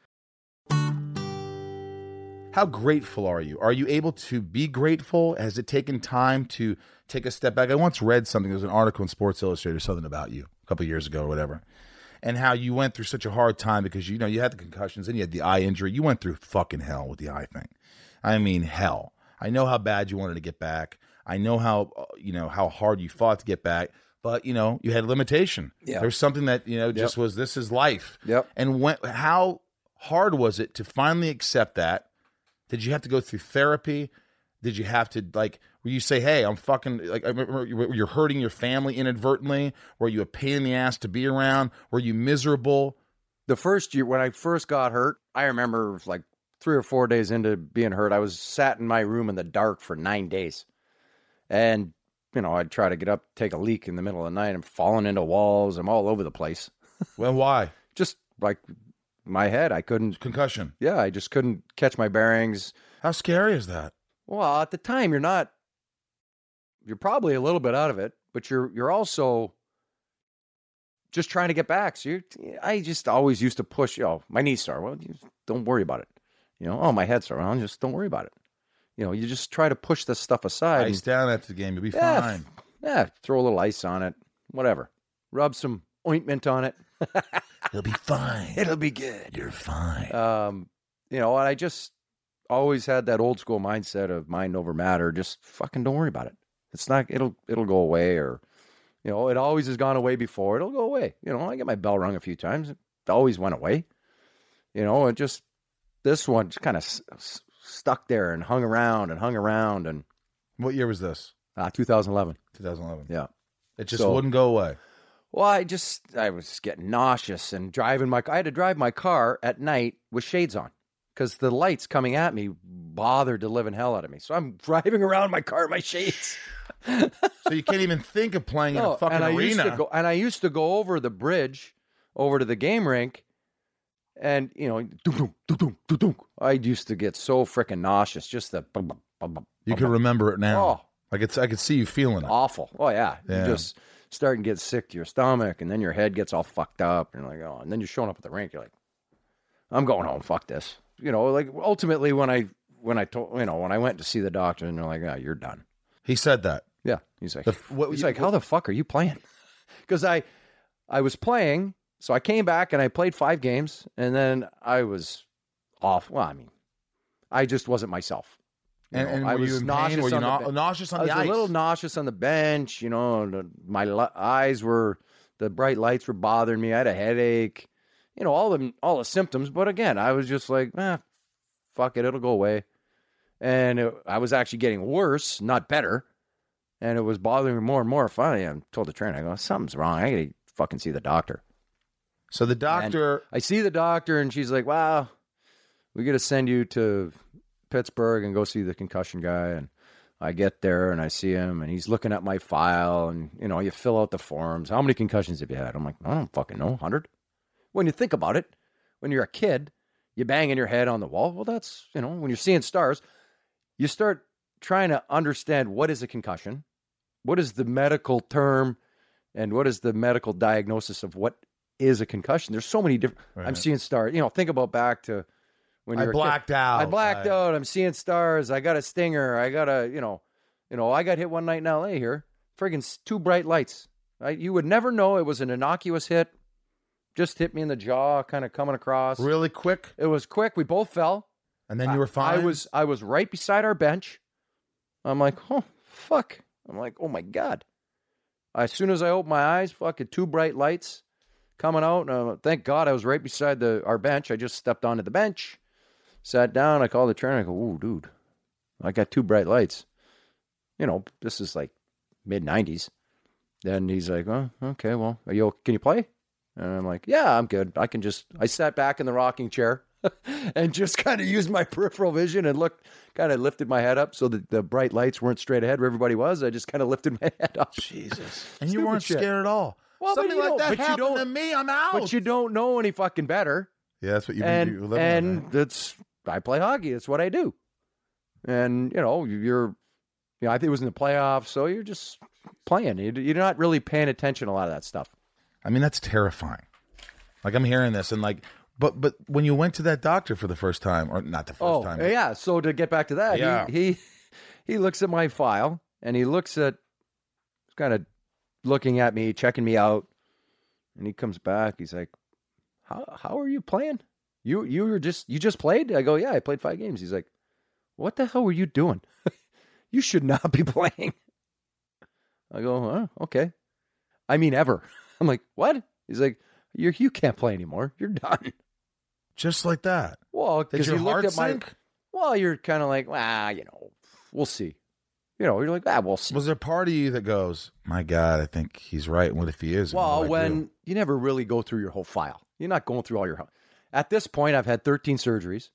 [SPEAKER 9] How grateful are you? Are you able to be grateful? Has it taken time to take a step back? I once read something. There was an article in Sports Illustrated or something about you a couple years ago or whatever, and how you went through such a hard time because you know you had the concussions and you had the eye injury. You went through fucking hell with the eye thing. I mean hell. I know how bad you wanted to get back. I know how uh, you know how hard you fought to get back. But you know you had a limitation.
[SPEAKER 6] Yeah.
[SPEAKER 9] There's something that you know just was this is life.
[SPEAKER 6] Yep.
[SPEAKER 9] And when how hard was it to finally accept that? Did you have to go through therapy? Did you have to like? Where you say, "Hey, I'm fucking like I remember you- were- you're hurting your family inadvertently"? Were you a pain in the ass to be around? Were you miserable?
[SPEAKER 6] The first year when I first got hurt, I remember like three or four days into being hurt, I was sat in my room in the dark for nine days. And, you know, I'd try to get up, take a leak in the middle of the night. I'm falling into walls. I'm all over the place.
[SPEAKER 1] Well, why?
[SPEAKER 6] Just like my head. I couldn't,
[SPEAKER 1] Concussion.
[SPEAKER 6] yeah, I just couldn't catch my bearings.
[SPEAKER 1] How scary is that?
[SPEAKER 6] Well, at the time, you're not, you're probably a little bit out of it, but you're, you're also just trying to get back. So you, I just always used to push, oh, my knees sore. Well, you don't worry about it. You know, oh, my head's sore. Well, just don't worry about it. You know, you just try to push this stuff aside. and-
[SPEAKER 1] Ice down after the game. You'll be
[SPEAKER 6] Yeah.
[SPEAKER 1] fine.
[SPEAKER 6] Yeah, throw a little ice on it, whatever. Rub some ointment on it.
[SPEAKER 1] You'll be fine.
[SPEAKER 6] It'll be good.
[SPEAKER 1] You're fine.
[SPEAKER 6] Um, you know, and I just always had that old school mindset of mind over matter. Just fucking don't worry about it. It's not. It'll it'll go away, or you know, it always has gone away before. It'll go away. You know, I get my bell rung a few times. It always went away. You know, it just this one just kind of s- s- stuck there and hung around and hung around and
[SPEAKER 1] what year was this?
[SPEAKER 6] uh, 2011.
[SPEAKER 1] 2011.
[SPEAKER 6] Yeah.
[SPEAKER 1] It just
[SPEAKER 6] So-
[SPEAKER 1] wouldn't go away.
[SPEAKER 6] Well, I just I was getting nauseous and driving my I had to drive my car at night with shades on because the lights coming at me bothered the living hell out of me. So I'm driving around my car in my shades.
[SPEAKER 1] So you can't even think of playing in
[SPEAKER 6] No,
[SPEAKER 1] a fucking
[SPEAKER 6] and I
[SPEAKER 1] arena.
[SPEAKER 6] Used to go, and I used to go over the bridge over to the game rink and you know doo-doo, doo-doo, doo-doo. I used to get so freaking nauseous just the bum, bum, bum, bum,
[SPEAKER 1] you
[SPEAKER 6] bum,
[SPEAKER 1] could
[SPEAKER 6] bum.
[SPEAKER 1] remember it now.
[SPEAKER 6] Oh.
[SPEAKER 1] I could I could see you feeling it.
[SPEAKER 6] awful. Oh yeah,
[SPEAKER 1] Yeah.
[SPEAKER 6] you just starting to get sick to your stomach, and then your head gets all fucked up, and you're like, oh, and then you're showing up at the rink, you're like, I'm going home. Fuck this. You know, like ultimately when I when I told you know when I went to see the doctor, and they're like, oh, you're done.
[SPEAKER 1] He said that.
[SPEAKER 6] Yeah, he's like,
[SPEAKER 1] The f- what-
[SPEAKER 6] he's
[SPEAKER 1] you-
[SPEAKER 6] like, how the fuck are you playing? Because I I was playing, so I came back and I played five games, and then I was off. Well, I mean, I just wasn't myself. You
[SPEAKER 1] And,
[SPEAKER 6] know,
[SPEAKER 1] and
[SPEAKER 6] I
[SPEAKER 1] were
[SPEAKER 6] was
[SPEAKER 1] you in pain?
[SPEAKER 6] nauseous
[SPEAKER 1] Were you
[SPEAKER 6] on the
[SPEAKER 1] nau-
[SPEAKER 6] ba-
[SPEAKER 1] nauseous on
[SPEAKER 6] I
[SPEAKER 1] the
[SPEAKER 6] was
[SPEAKER 1] ice?
[SPEAKER 6] a little nauseous on the bench. You know, and, uh, my li- eyes were the bright lights were bothering me. I had a headache. You know, all the all the symptoms. But again, I was just like, eh, fuck it, it'll go away. And it, I was actually getting worse, not better. And it was bothering me more and more. Finally, I told the trainer, I go, something's wrong. I gotta fucking see the doctor.
[SPEAKER 1] so the doctor.
[SPEAKER 6] I see the doctor, and she's like, "Wow, we got to send you to Pittsburgh and go see the concussion guy." And I get there, and I see him, and he's looking at my file, and you know, you fill out the forms. How many concussions have you had? I'm like, I don't fucking know, hundred. When you think about it, when you're a kid, you banging your head on the wall. Well, that's you know, when you're seeing stars, you start trying to understand what is a concussion, what is the medical term, and what is the medical diagnosis of what is a concussion. There's so many different. I'm
[SPEAKER 1] Right.
[SPEAKER 6] seeing stars. You know, think about back to when
[SPEAKER 1] I
[SPEAKER 6] you're
[SPEAKER 1] blacked out.
[SPEAKER 6] I blacked
[SPEAKER 1] I-
[SPEAKER 6] out. I'm seeing stars. I got a stinger. I got a you know, you know. I got hit one night in L.A. here. Friggin' s- two bright lights. I, you would never know it was an innocuous hit. Just hit me in the jaw, kind of coming across.
[SPEAKER 1] really quick,
[SPEAKER 6] It was quick. We both fell.
[SPEAKER 1] and then you
[SPEAKER 6] I-
[SPEAKER 1] were fine.
[SPEAKER 6] I was I was right beside our bench. I'm like, oh fuck. I'm like, oh my god. As soon as I opened my eyes, fucking two bright lights coming out, and uh, thank God I was right beside the our bench. I just stepped onto the bench, sat down. I called the trainer. I go, ooh, dude, I got two bright lights. You know, this is like mid '90s. Then he's like, oh, okay, well, are you can you play? And I'm like, yeah, I'm good. I can just, I sat back in the rocking chair and just kind of used my peripheral vision and looked, kind of lifted my head up so that the bright lights weren't straight ahead where everybody was. I just kind of lifted my head up.
[SPEAKER 1] Jesus, and you
[SPEAKER 6] Stupid
[SPEAKER 1] weren't
[SPEAKER 6] shit.
[SPEAKER 1] scared at all.
[SPEAKER 6] Well, but
[SPEAKER 1] Something
[SPEAKER 6] you
[SPEAKER 1] like
[SPEAKER 6] don't-
[SPEAKER 1] that
[SPEAKER 6] but you
[SPEAKER 1] happened
[SPEAKER 6] don't-
[SPEAKER 1] to me. I'm out.
[SPEAKER 6] But you don't know any fucking better.
[SPEAKER 1] yeah, that's what you've been
[SPEAKER 6] and
[SPEAKER 1] doing. living with,
[SPEAKER 6] and
[SPEAKER 1] right?
[SPEAKER 6] that's, I play hockey. That's what I do. And, you know, you're, you know, I think it was in the playoffs. So you're just playing. You- You're not really paying attention to a lot of that stuff.
[SPEAKER 1] I mean, that's terrifying. Like I'm hearing this, and like, but but when you went to that doctor for the first time, or not the first
[SPEAKER 6] oh,
[SPEAKER 1] time,
[SPEAKER 6] Yeah. So to get back to that,
[SPEAKER 1] Yeah.
[SPEAKER 6] he, he he looks at my file and he looks at he's kind of looking at me, checking me out. And he comes back, he's like, How how are you playing? You you were just you just played? I go, Yeah, I played five games. He's like, What the hell were you doing? you should not be playing. I go, huh, okay. I mean ever. I'm like, what? He's like, you you can't play anymore. You're done.
[SPEAKER 1] just like that.
[SPEAKER 6] Well,
[SPEAKER 1] Did
[SPEAKER 6] because he
[SPEAKER 1] your
[SPEAKER 6] looked
[SPEAKER 1] heart
[SPEAKER 6] at my
[SPEAKER 1] sink?
[SPEAKER 6] well, you're kind of like, well, you know, we'll see. You know, you're like, ah, we'll see.
[SPEAKER 1] Was there part of you that goes, "My God, I think he's right. What if he is?" And
[SPEAKER 6] well,
[SPEAKER 1] what do I do?"
[SPEAKER 6] when you never really go through your whole file, you're not going through all your. At this point, I've had 13 surgeries.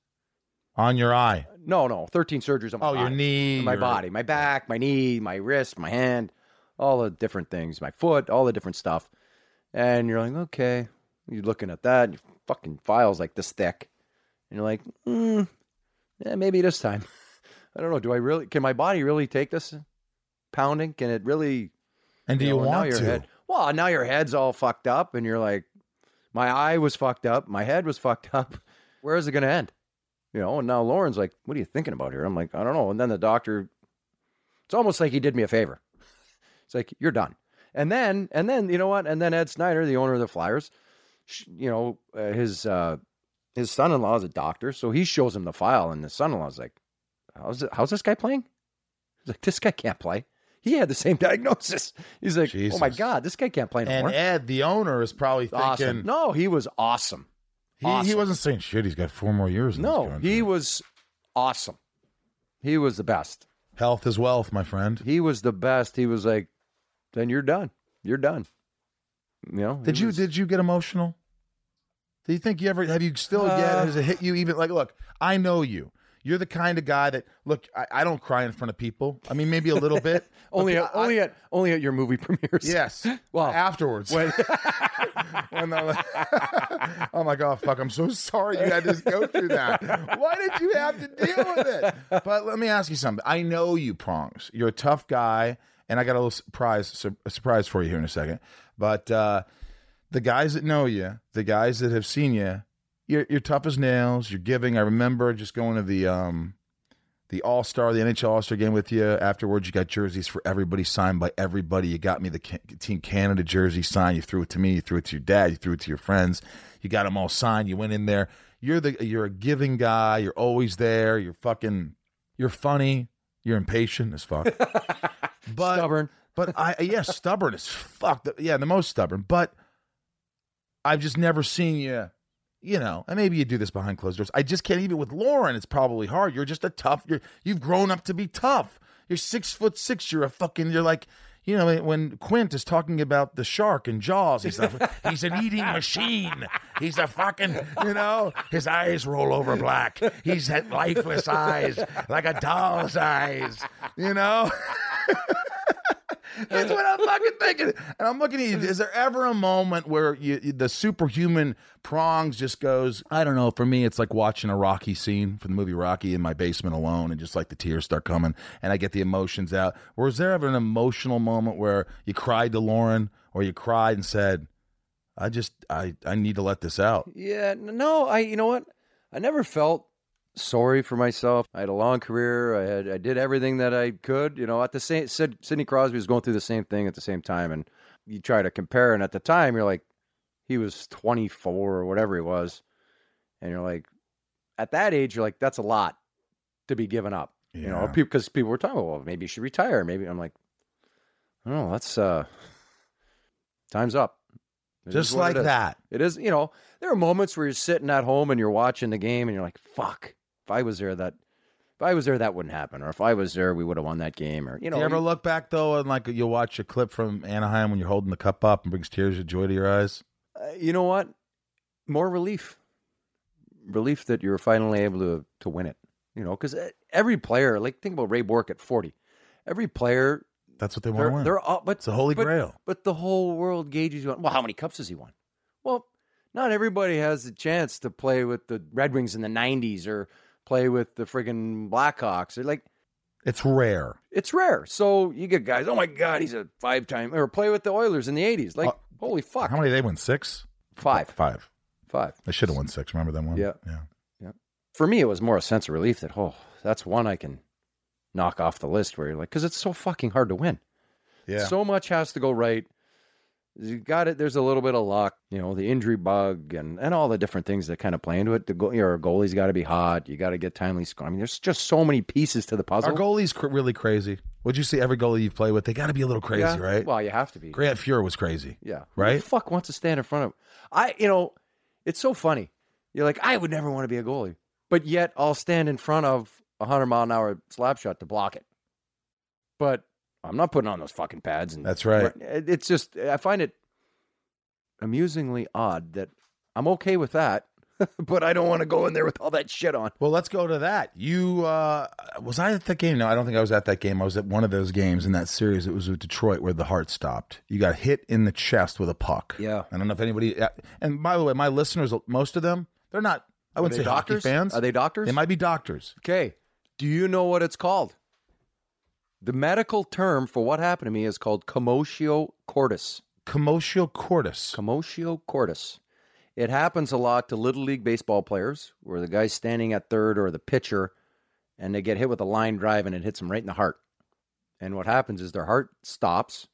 [SPEAKER 1] on your eye.
[SPEAKER 6] No, no, 13 surgeries on my
[SPEAKER 1] Oh, your
[SPEAKER 6] body.
[SPEAKER 1] knee,
[SPEAKER 6] my
[SPEAKER 1] your-
[SPEAKER 6] body, my back, my knee, my wrist, my hand, all the different things, my foot, all the different stuff. And you're like, okay, you're looking at that, and your fucking file's like this thick, and you're like, mm, yeah, maybe this time. I don't know. Do I really? Can my body really take this pounding? Can it really?
[SPEAKER 1] And do you,
[SPEAKER 6] know, now
[SPEAKER 1] want
[SPEAKER 6] your
[SPEAKER 1] to?
[SPEAKER 6] Head, well, now your head's all fucked up, and you're like, my eye was fucked up, my head was fucked up. Where is it going to end? You know, and now Lauren's like, what are you thinking about here? I'm like, I don't know. And then the doctor, it's almost like he did me a favor. It's like, you're done. And then, and then, you know what? And then Ed Snyder, the owner of the Flyers, sh- you know, uh, his, uh, his son-in-law is a doctor, so he shows him the file, and the son-in-law's like, how's, it, how's this guy playing? He's like, this guy can't play. He had the same diagnosis. He's like, oh my
[SPEAKER 1] Jesus.
[SPEAKER 6] God, this guy can't play
[SPEAKER 1] And
[SPEAKER 6] anymore.
[SPEAKER 1] Ed, the owner, is probably thinking
[SPEAKER 6] awesome. No, he was awesome.
[SPEAKER 1] he, he
[SPEAKER 6] awesome.
[SPEAKER 1] wasn't saying shit. He's got four more years. in this
[SPEAKER 6] No,
[SPEAKER 1] country."
[SPEAKER 6] he was awesome. He was the best.
[SPEAKER 1] health is wealth, my friend.
[SPEAKER 6] He was the best. He was like, then you're done. You're done. You know? he
[SPEAKER 1] Did you
[SPEAKER 6] was-
[SPEAKER 1] did you get emotional? Do you think you ever have you still yet
[SPEAKER 6] Uh,
[SPEAKER 1] has it hit you even like look, I know you. You're the kind of guy that look, I, I don't cry in front of people. I mean maybe a little bit. but
[SPEAKER 6] only
[SPEAKER 1] the-
[SPEAKER 6] at, only at only at your movie premieres?
[SPEAKER 1] Yes.
[SPEAKER 6] Well,
[SPEAKER 1] afterwards.
[SPEAKER 6] When,
[SPEAKER 1] When I'm like, I'm like, oh fuck, I'm so sorry you had to go through that. Why did you have to deal with it? But let me ask you something. I know you, Prongs. You're a tough guy, and I got a little surprise sur- a surprise for you here in a second. But uh, the guys that know you, the guys that have seen you, you're, you're tough as nails. You're giving. I remember just going to the um, the All Star, the NHL All Star game with you. Afterwards, you got jerseys for everybody signed by everybody. You got me the Ca- Team Canada jersey signed. You threw it to me. You threw it to your dad. You threw it to your friends. You got them all signed. You went in there. You're the you're a giving guy. You're always there. You're fucking. You're funny. You're impatient as fuck. but
[SPEAKER 6] stubborn.
[SPEAKER 1] but I yeah, stubborn as fuck. The- Yeah, the most stubborn. But I've just never seen you. You know, and maybe you do this behind closed doors. I just can't even with Lauren. It's probably hard. You're just a tough. You're you've grown up to be tough. You're six foot six. You're a fucking. You're like. You know, when Quint is talking about the shark and Jaws, he's like, he's an eating machine. He's a fucking, you know, his eyes roll over black. He's had lifeless eyes, like a doll's eyes, you know? That's what I'm fucking thinking. And I'm looking at you. Is there ever a moment where you, you- the superhuman prongs just goes? I don't know. For me, it's like watching a Rocky scene from the movie Rocky in my basement alone, and just like the tears start coming, and I get the emotions out. Or is there ever an emotional moment where you cried to Lauren, or you cried and said, "I just, I, I need to let this out."
[SPEAKER 6] Yeah, n- no, I you know what? I never felt sorry for myself. I had a long career. I had I did everything that I could. You know, at the same Sid, Sidney Crosby was going through the same thing at the same time, and you try to compare. And at the time, you're like, he was 24 or whatever he was, and you're like, at that age, you're like, that's a lot to be given up. You know,
[SPEAKER 1] Yeah.
[SPEAKER 6] because people were talking, well, maybe you should retire. Maybe I'm like, oh, that's uh, time's up. It is
[SPEAKER 1] just
[SPEAKER 6] what
[SPEAKER 1] like
[SPEAKER 6] it is.
[SPEAKER 1] that.
[SPEAKER 6] It is, you know, there are moments where you're sitting at home and you're watching the game and you're like, fuck, if I was there, that, if I was there, that wouldn't happen. Or if I was there, we would have won that game. Or, you know,
[SPEAKER 1] Do you ever
[SPEAKER 6] you-
[SPEAKER 1] look back though, and like you watch a clip from Anaheim when you're holding the cup up and brings tears of joy to your eyes?
[SPEAKER 6] uh, you know what? More relief. Relief that you're finally able to, to win it, you know, because every player, like think about Ray Bork at 40, every player,
[SPEAKER 1] That's what they want to
[SPEAKER 6] they're,
[SPEAKER 1] win.
[SPEAKER 6] they're all, but
[SPEAKER 1] it's the holy
[SPEAKER 6] but-
[SPEAKER 1] grail.
[SPEAKER 6] But the whole world gauges you on, well, how many cups has he won? Well, not everybody has the chance to play with the Red Wings in the 90s or play with the friggin' Blackhawks. They're like,
[SPEAKER 1] It's rare.
[SPEAKER 6] it's rare. So you get guys, oh my God, he's a five time, or play with the Oilers in the 80s. Like,
[SPEAKER 1] Uh,
[SPEAKER 6] holy fuck.
[SPEAKER 1] How many did they win? Six?
[SPEAKER 6] Five.
[SPEAKER 1] Five.
[SPEAKER 6] Five.
[SPEAKER 1] They should have won six. Remember that one?
[SPEAKER 6] Yeah.
[SPEAKER 1] Yeah.
[SPEAKER 6] For me, it was more a sense of relief that, oh, that's one I can knock off the list where you're like, because it's so fucking hard to win.
[SPEAKER 1] Yeah.
[SPEAKER 6] So much has to go right. You got it. There's a little bit of luck, you know, the injury bug and, and all the different things that kind of play into it. The goal, your goalie's got to be hot. You got to get timely score. I mean, there's just so many pieces to the puzzle.
[SPEAKER 1] Our goalies cr- really crazy. Would you see every goalie you've played with? They got to be a little crazy,
[SPEAKER 6] Yeah.
[SPEAKER 1] right?
[SPEAKER 6] Well, you have to be.
[SPEAKER 1] Grant Fuhr was crazy.
[SPEAKER 6] Yeah. Who
[SPEAKER 1] Right?
[SPEAKER 6] the fuck wants to stand in front of? I, you know, it's so funny. You're like, I would never want to be a goalie, but yet I'll stand in front of a hundred mile an hour slap shot to block it. But I'm not putting on those fucking pads. And
[SPEAKER 1] That's right.
[SPEAKER 6] It- It's just I find it amusingly odd that I'm okay with that, but I don't want to go in there with all that shit on.
[SPEAKER 1] Well, let's go to that. You uh, was I at that game? No, I don't think I was at that game. I was at one of those games in that series. It was with Detroit where the heart stopped. You got hit in the chest with a puck.
[SPEAKER 6] Yeah.
[SPEAKER 1] I don't know if anybody. uh, And by the way, my listeners, most of them, they're not. I
[SPEAKER 6] Are
[SPEAKER 1] wouldn't
[SPEAKER 6] they
[SPEAKER 1] say hockey
[SPEAKER 6] doctors?
[SPEAKER 1] fans.
[SPEAKER 6] Are they doctors?
[SPEAKER 1] They might be doctors.
[SPEAKER 6] Okay. Do you know what it's called? The medical term for what happened to me is called commotio cordis.
[SPEAKER 1] Commotio cordis.
[SPEAKER 6] Commotio cordis. It happens a lot to little league baseball players where the guy's standing at third or the pitcher and they get hit with a line drive and it hits them right in the heart. And what happens is their heart stops.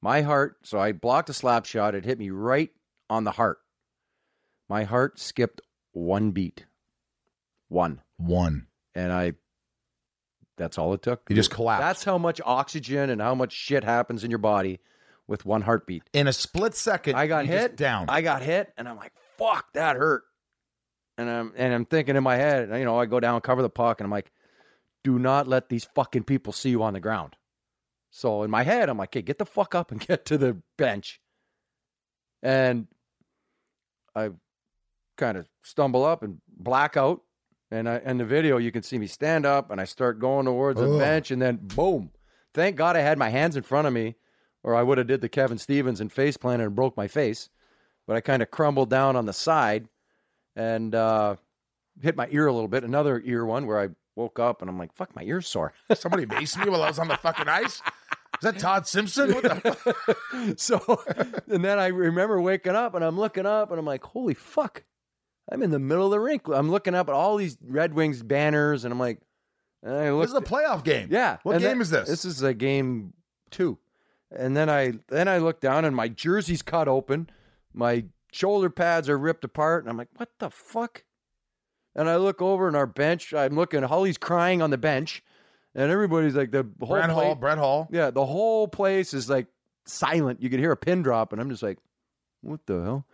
[SPEAKER 6] My heart, so I blocked a slap shot, it hit me right on the heart. My heart skipped one beat. One.
[SPEAKER 1] One.
[SPEAKER 6] And I that's all it took.
[SPEAKER 1] You just collapsed.
[SPEAKER 6] That's how much oxygen and how much shit happens in your body with one heartbeat.
[SPEAKER 1] in a split second.
[SPEAKER 6] I got
[SPEAKER 1] you just
[SPEAKER 6] hit
[SPEAKER 1] down.
[SPEAKER 6] I got hit, and I'm like, "Fuck, that hurt." And I'm and I'm thinking in my head, you know, I go down, cover the puck, and I'm like, "Do not let these fucking people see you on the ground." So in my head, I'm like, "Okay, get the fuck up and get to the bench." And I kind of stumble up and black out. And I in the video, you can see me stand up, and I start going towards the
[SPEAKER 1] Ugh.
[SPEAKER 6] bench, and then boom! Thank God I had my hands in front of me, or I would have did the Kevin Stevens and face planted and broke my face but I kind of crumbled down on the side and uh, hit my ear a little bit. Another ear one where I woke up and I'm like, "Fuck, my ear's sore."
[SPEAKER 1] Somebody maced me while I was on the fucking ice. Is that Todd Simpson? What the fuck?
[SPEAKER 6] so, and then I remember waking up and I'm looking up and I'm like, "Holy fuck!" I'm in the middle of the rink. I'm looking up at all these Red Wings banners and I'm like, and I
[SPEAKER 1] This
[SPEAKER 6] looked,
[SPEAKER 1] is a playoff game.
[SPEAKER 6] Yeah.
[SPEAKER 1] What
[SPEAKER 6] and
[SPEAKER 1] game
[SPEAKER 6] that-
[SPEAKER 1] is this?
[SPEAKER 6] This is a game two. And then I then I look down and my jersey's cut open. My shoulder pads are ripped apart, and I'm like, what the fuck? And I look over and our bench, I'm looking, Holly's crying on the bench, and everybody's like the whole
[SPEAKER 1] Brett
[SPEAKER 6] pla-
[SPEAKER 1] Hall. Brett Hall.
[SPEAKER 6] Yeah, the whole place is like silent. You could hear a pin drop, and I'm just like, what the hell?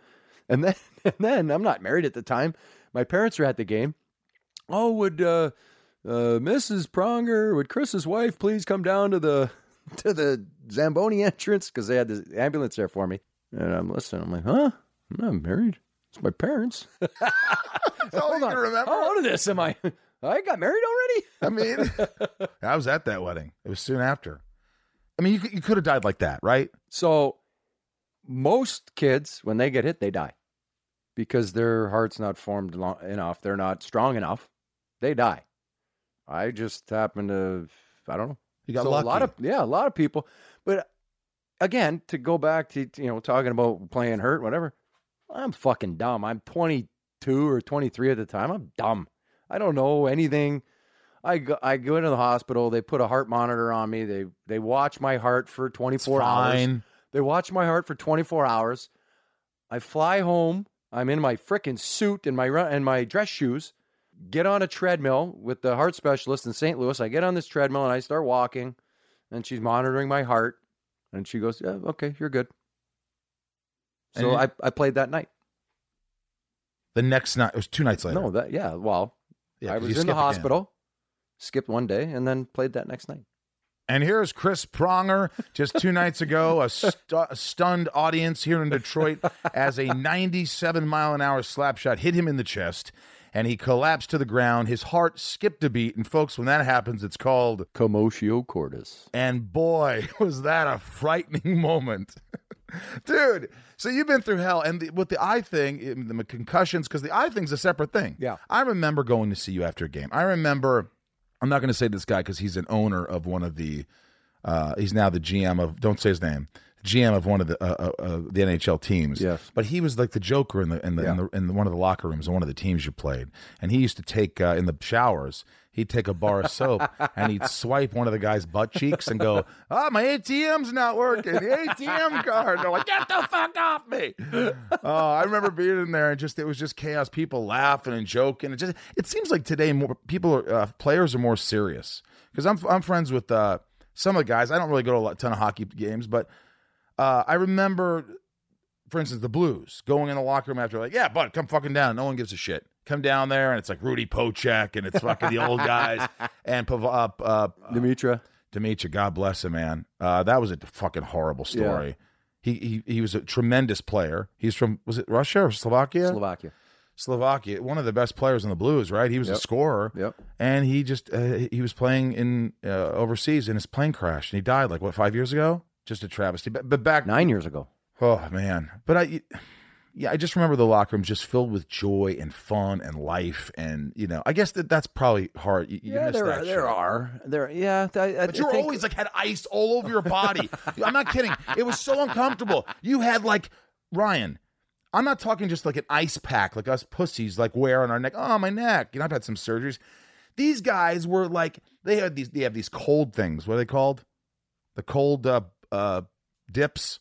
[SPEAKER 6] And then, and then I'm not married at the time. My parents were at the game. Oh, would uh, uh, Mrs. Pronger, would Chris's wife please come down to the to the Zamboni entrance because they had the ambulance there for me? And I'm listening. I'm like, huh? I'm not married. It's my parents.
[SPEAKER 1] That's all Oh, you can remember.
[SPEAKER 6] How old of this am I? I got married already.
[SPEAKER 1] I mean, I was at that wedding. It was soon after. I mean, you, c- you could have died like that, right?
[SPEAKER 6] So most kids, when they get hit, they die because their heart's not formed long enough. They're not strong enough. They die. I just happened to, I don't know.
[SPEAKER 1] You got
[SPEAKER 6] So
[SPEAKER 1] lucky.
[SPEAKER 6] a lot of yeah, a lot of people. But again, to go back to you know talking about playing hurt, whatever. I'm fucking dumb. I'm 22 or 23 at the time. I'm dumb. I don't know anything. I go, I go into the hospital. They put a heart monitor on me. They they watch my heart for
[SPEAKER 1] It's
[SPEAKER 6] 24 hours.
[SPEAKER 1] fine.
[SPEAKER 6] They watch my heart for 24 hours. I fly home. I'm in my frickin' suit and my run- and my dress shoes. Get on a treadmill with the heart specialist in St. Louis. I get on this treadmill and I start walking, and she's monitoring my heart, and she goes, "Yeah, okay, you're good." So
[SPEAKER 1] And-
[SPEAKER 6] I, I played that night.
[SPEAKER 1] The next night, it was two nights later.
[SPEAKER 6] No, that yeah, well,
[SPEAKER 1] Yeah,
[SPEAKER 6] I
[SPEAKER 1] 'cause you
[SPEAKER 6] was in
[SPEAKER 1] skip
[SPEAKER 6] the
[SPEAKER 1] again.
[SPEAKER 6] hospital, skipped one day, and then played that next night.
[SPEAKER 1] And here's Chris Pronger just two nights ago, a, stu- a stunned audience here in Detroit as a 97 mile an hour slap shot hit him in the chest and he collapsed to the ground. His heart skipped a beat. And folks, when that happens, it's called,
[SPEAKER 6] Commotio cordis.
[SPEAKER 1] and boy, was that a frightening moment. Dude, so you've been through hell. And the, with the eye thing, it- the concussions, because the eye thing's a separate thing.
[SPEAKER 6] Yeah.
[SPEAKER 1] I remember going to see you after a game. I remember, I'm not going to say this guy because he's an owner of one of the uh, he's now the GM of don't say his name GM of one of the uh, uh, uh, the NHL teams.
[SPEAKER 6] Yes.
[SPEAKER 1] but he was like the Joker in the in the, in, the in one of the locker rooms in one of the teams you played, and he used to take uh, in the showers. He'd take a bar of soap and he'd swipe one of the guy's butt cheeks and go, "Ah, my ATM's not working. The ATM card." They're like, "Get the fuck off me!" Oh, I remember being in there and just it was just chaos. People laughing and joking. It just it seems like today more people are, uh, players are more serious because I'm I'm friends with uh, some of the guys. I don't really go to a lot, ton of hockey games, but uh, I remember, for instance, the Blues going in the locker room after like, yeah, bud, come fucking down. No one gives a shit. Come down there, and it's like Rudy Pochek, and it's fucking the old guys, and Pav- uh, uh,
[SPEAKER 6] Dimitra.
[SPEAKER 1] Demetria, God bless him, man. Uh, that was a fucking horrible story. He, he he was a tremendous player. He's from was it Russia or Slovakia?
[SPEAKER 6] Slovakia.
[SPEAKER 1] Slovakia, one of the best players in the Blues, right? He was a
[SPEAKER 6] Yep.
[SPEAKER 1] scorer,
[SPEAKER 6] Yep.
[SPEAKER 1] and he just uh, he was playing in uh, overseas, and his plane crashed, and he died like what five years ago? Just a travesty. But, but back
[SPEAKER 6] Nine years ago.
[SPEAKER 1] Oh man, but I, yeah, I just remember the locker room just filled with joy and fun and life, and you know, I guess that that's probably hard. You, you miss
[SPEAKER 6] there
[SPEAKER 1] that
[SPEAKER 6] are.
[SPEAKER 1] shit.
[SPEAKER 6] There are. There. Yeah. I, I,
[SPEAKER 1] But you were always like had ice all over your body. I'm not kidding. It was so uncomfortable. You had like Ryan. I'm not talking just like an ice pack, like us pussies, like wear on our neck. Oh, my neck. You know, I've had some surgeries. These guys were like they had these. They have these cold things. What are they called? The cold uh, uh, dips.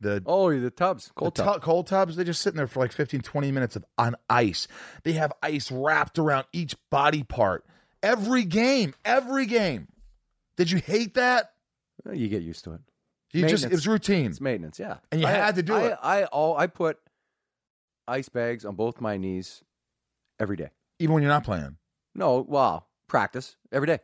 [SPEAKER 1] The
[SPEAKER 6] Oh, the tubs. Cold
[SPEAKER 1] the
[SPEAKER 6] tub.
[SPEAKER 1] tu- cold tubs, they're just sitting there for like 15, 20 minutes of on ice. They have ice wrapped around each body part. Every game, every game. Did you hate that?
[SPEAKER 6] You get used to it.
[SPEAKER 1] You just it
[SPEAKER 6] Maintenance.
[SPEAKER 1] was routine.
[SPEAKER 6] It's maintenance. Yeah.
[SPEAKER 1] Mm. And you
[SPEAKER 6] I-
[SPEAKER 1] had to do
[SPEAKER 6] I-
[SPEAKER 1] it.
[SPEAKER 6] I all I put ice bags on both my knees every day.
[SPEAKER 1] Even when you're not playing.
[SPEAKER 6] No, wow, practice every day.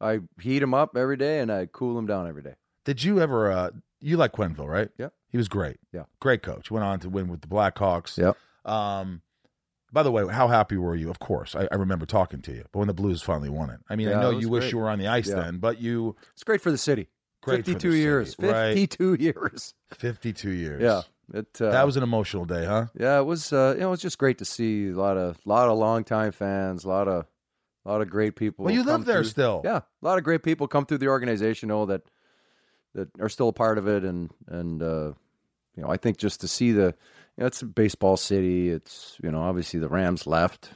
[SPEAKER 6] I heat them up every day and I cool them down every day.
[SPEAKER 1] Did you ever uh you like Quenville, right?
[SPEAKER 6] Yeah.
[SPEAKER 1] He was great.
[SPEAKER 6] Yeah.
[SPEAKER 1] Great coach. Went on to win with the Blackhawks.
[SPEAKER 6] Yep.
[SPEAKER 1] Um by the way, how happy were you? Of course, I, I remember talking to you. But when the Blues finally won it, I mean, I
[SPEAKER 6] Yeah,
[SPEAKER 1] know
[SPEAKER 6] it was
[SPEAKER 1] you wish
[SPEAKER 6] great.
[SPEAKER 1] you were on the ice
[SPEAKER 6] Yeah.
[SPEAKER 1] then, but you
[SPEAKER 6] It's great for the city.
[SPEAKER 1] great for the
[SPEAKER 6] Fifty-two
[SPEAKER 1] city,
[SPEAKER 6] years.
[SPEAKER 1] right?
[SPEAKER 6] Fifty-two years.
[SPEAKER 1] Fifty-two years.
[SPEAKER 6] Yeah. It. Uh,
[SPEAKER 1] that was an emotional day, huh?
[SPEAKER 6] Yeah, it was. Uh, you know, it was just great to see a lot of lot of longtime fans, a lot of lot of great people.
[SPEAKER 1] Well, you
[SPEAKER 6] come
[SPEAKER 1] live there
[SPEAKER 6] through.
[SPEAKER 1] still.
[SPEAKER 6] Yeah, a lot of great people come through the organization. Oh, that that are still a part of it, and and uh, you know, I think just to see the, you know, it's a baseball city. It's you know, obviously the Rams left.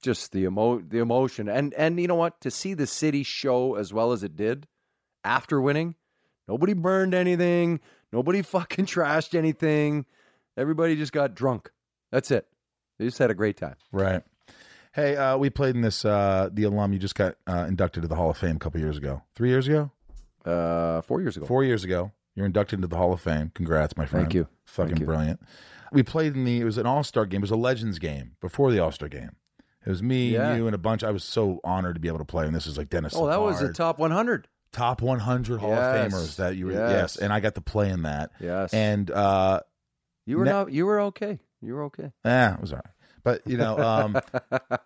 [SPEAKER 6] Just the emo the emotion, and and you know what, to see the city show as well as it did after winning. Nobody burned anything. Nobody fucking trashed anything. Everybody just got drunk. That's it. They just had a great time.
[SPEAKER 1] Right. Hey, uh, we played in this. Uh, the alum you just got uh, inducted to the Hall of Fame a couple years ago. Three years ago?
[SPEAKER 6] Uh, four years ago.
[SPEAKER 1] Four years ago. You're inducted into the Hall of Fame. Congrats, my friend.
[SPEAKER 6] Thank you.
[SPEAKER 1] Fucking
[SPEAKER 6] Thank you.
[SPEAKER 1] brilliant. We played in the. It was an All Star game. It was a Legends game before the All Star game. It was me,
[SPEAKER 6] Yeah.
[SPEAKER 1] you, and a bunch. I was so honored to be able to play. And this is like Dennis.
[SPEAKER 6] Oh, that was the
[SPEAKER 1] Savard,
[SPEAKER 6] top 100.
[SPEAKER 1] top 100 Hall
[SPEAKER 6] Yes.
[SPEAKER 1] of Famers that you were.
[SPEAKER 6] Yes.
[SPEAKER 1] yes, and I got to play in that.
[SPEAKER 6] Yes.
[SPEAKER 1] And uh,
[SPEAKER 6] You were
[SPEAKER 1] Ne-
[SPEAKER 6] not. You were okay. You were okay.
[SPEAKER 1] Eh, it was all right. But you know, um,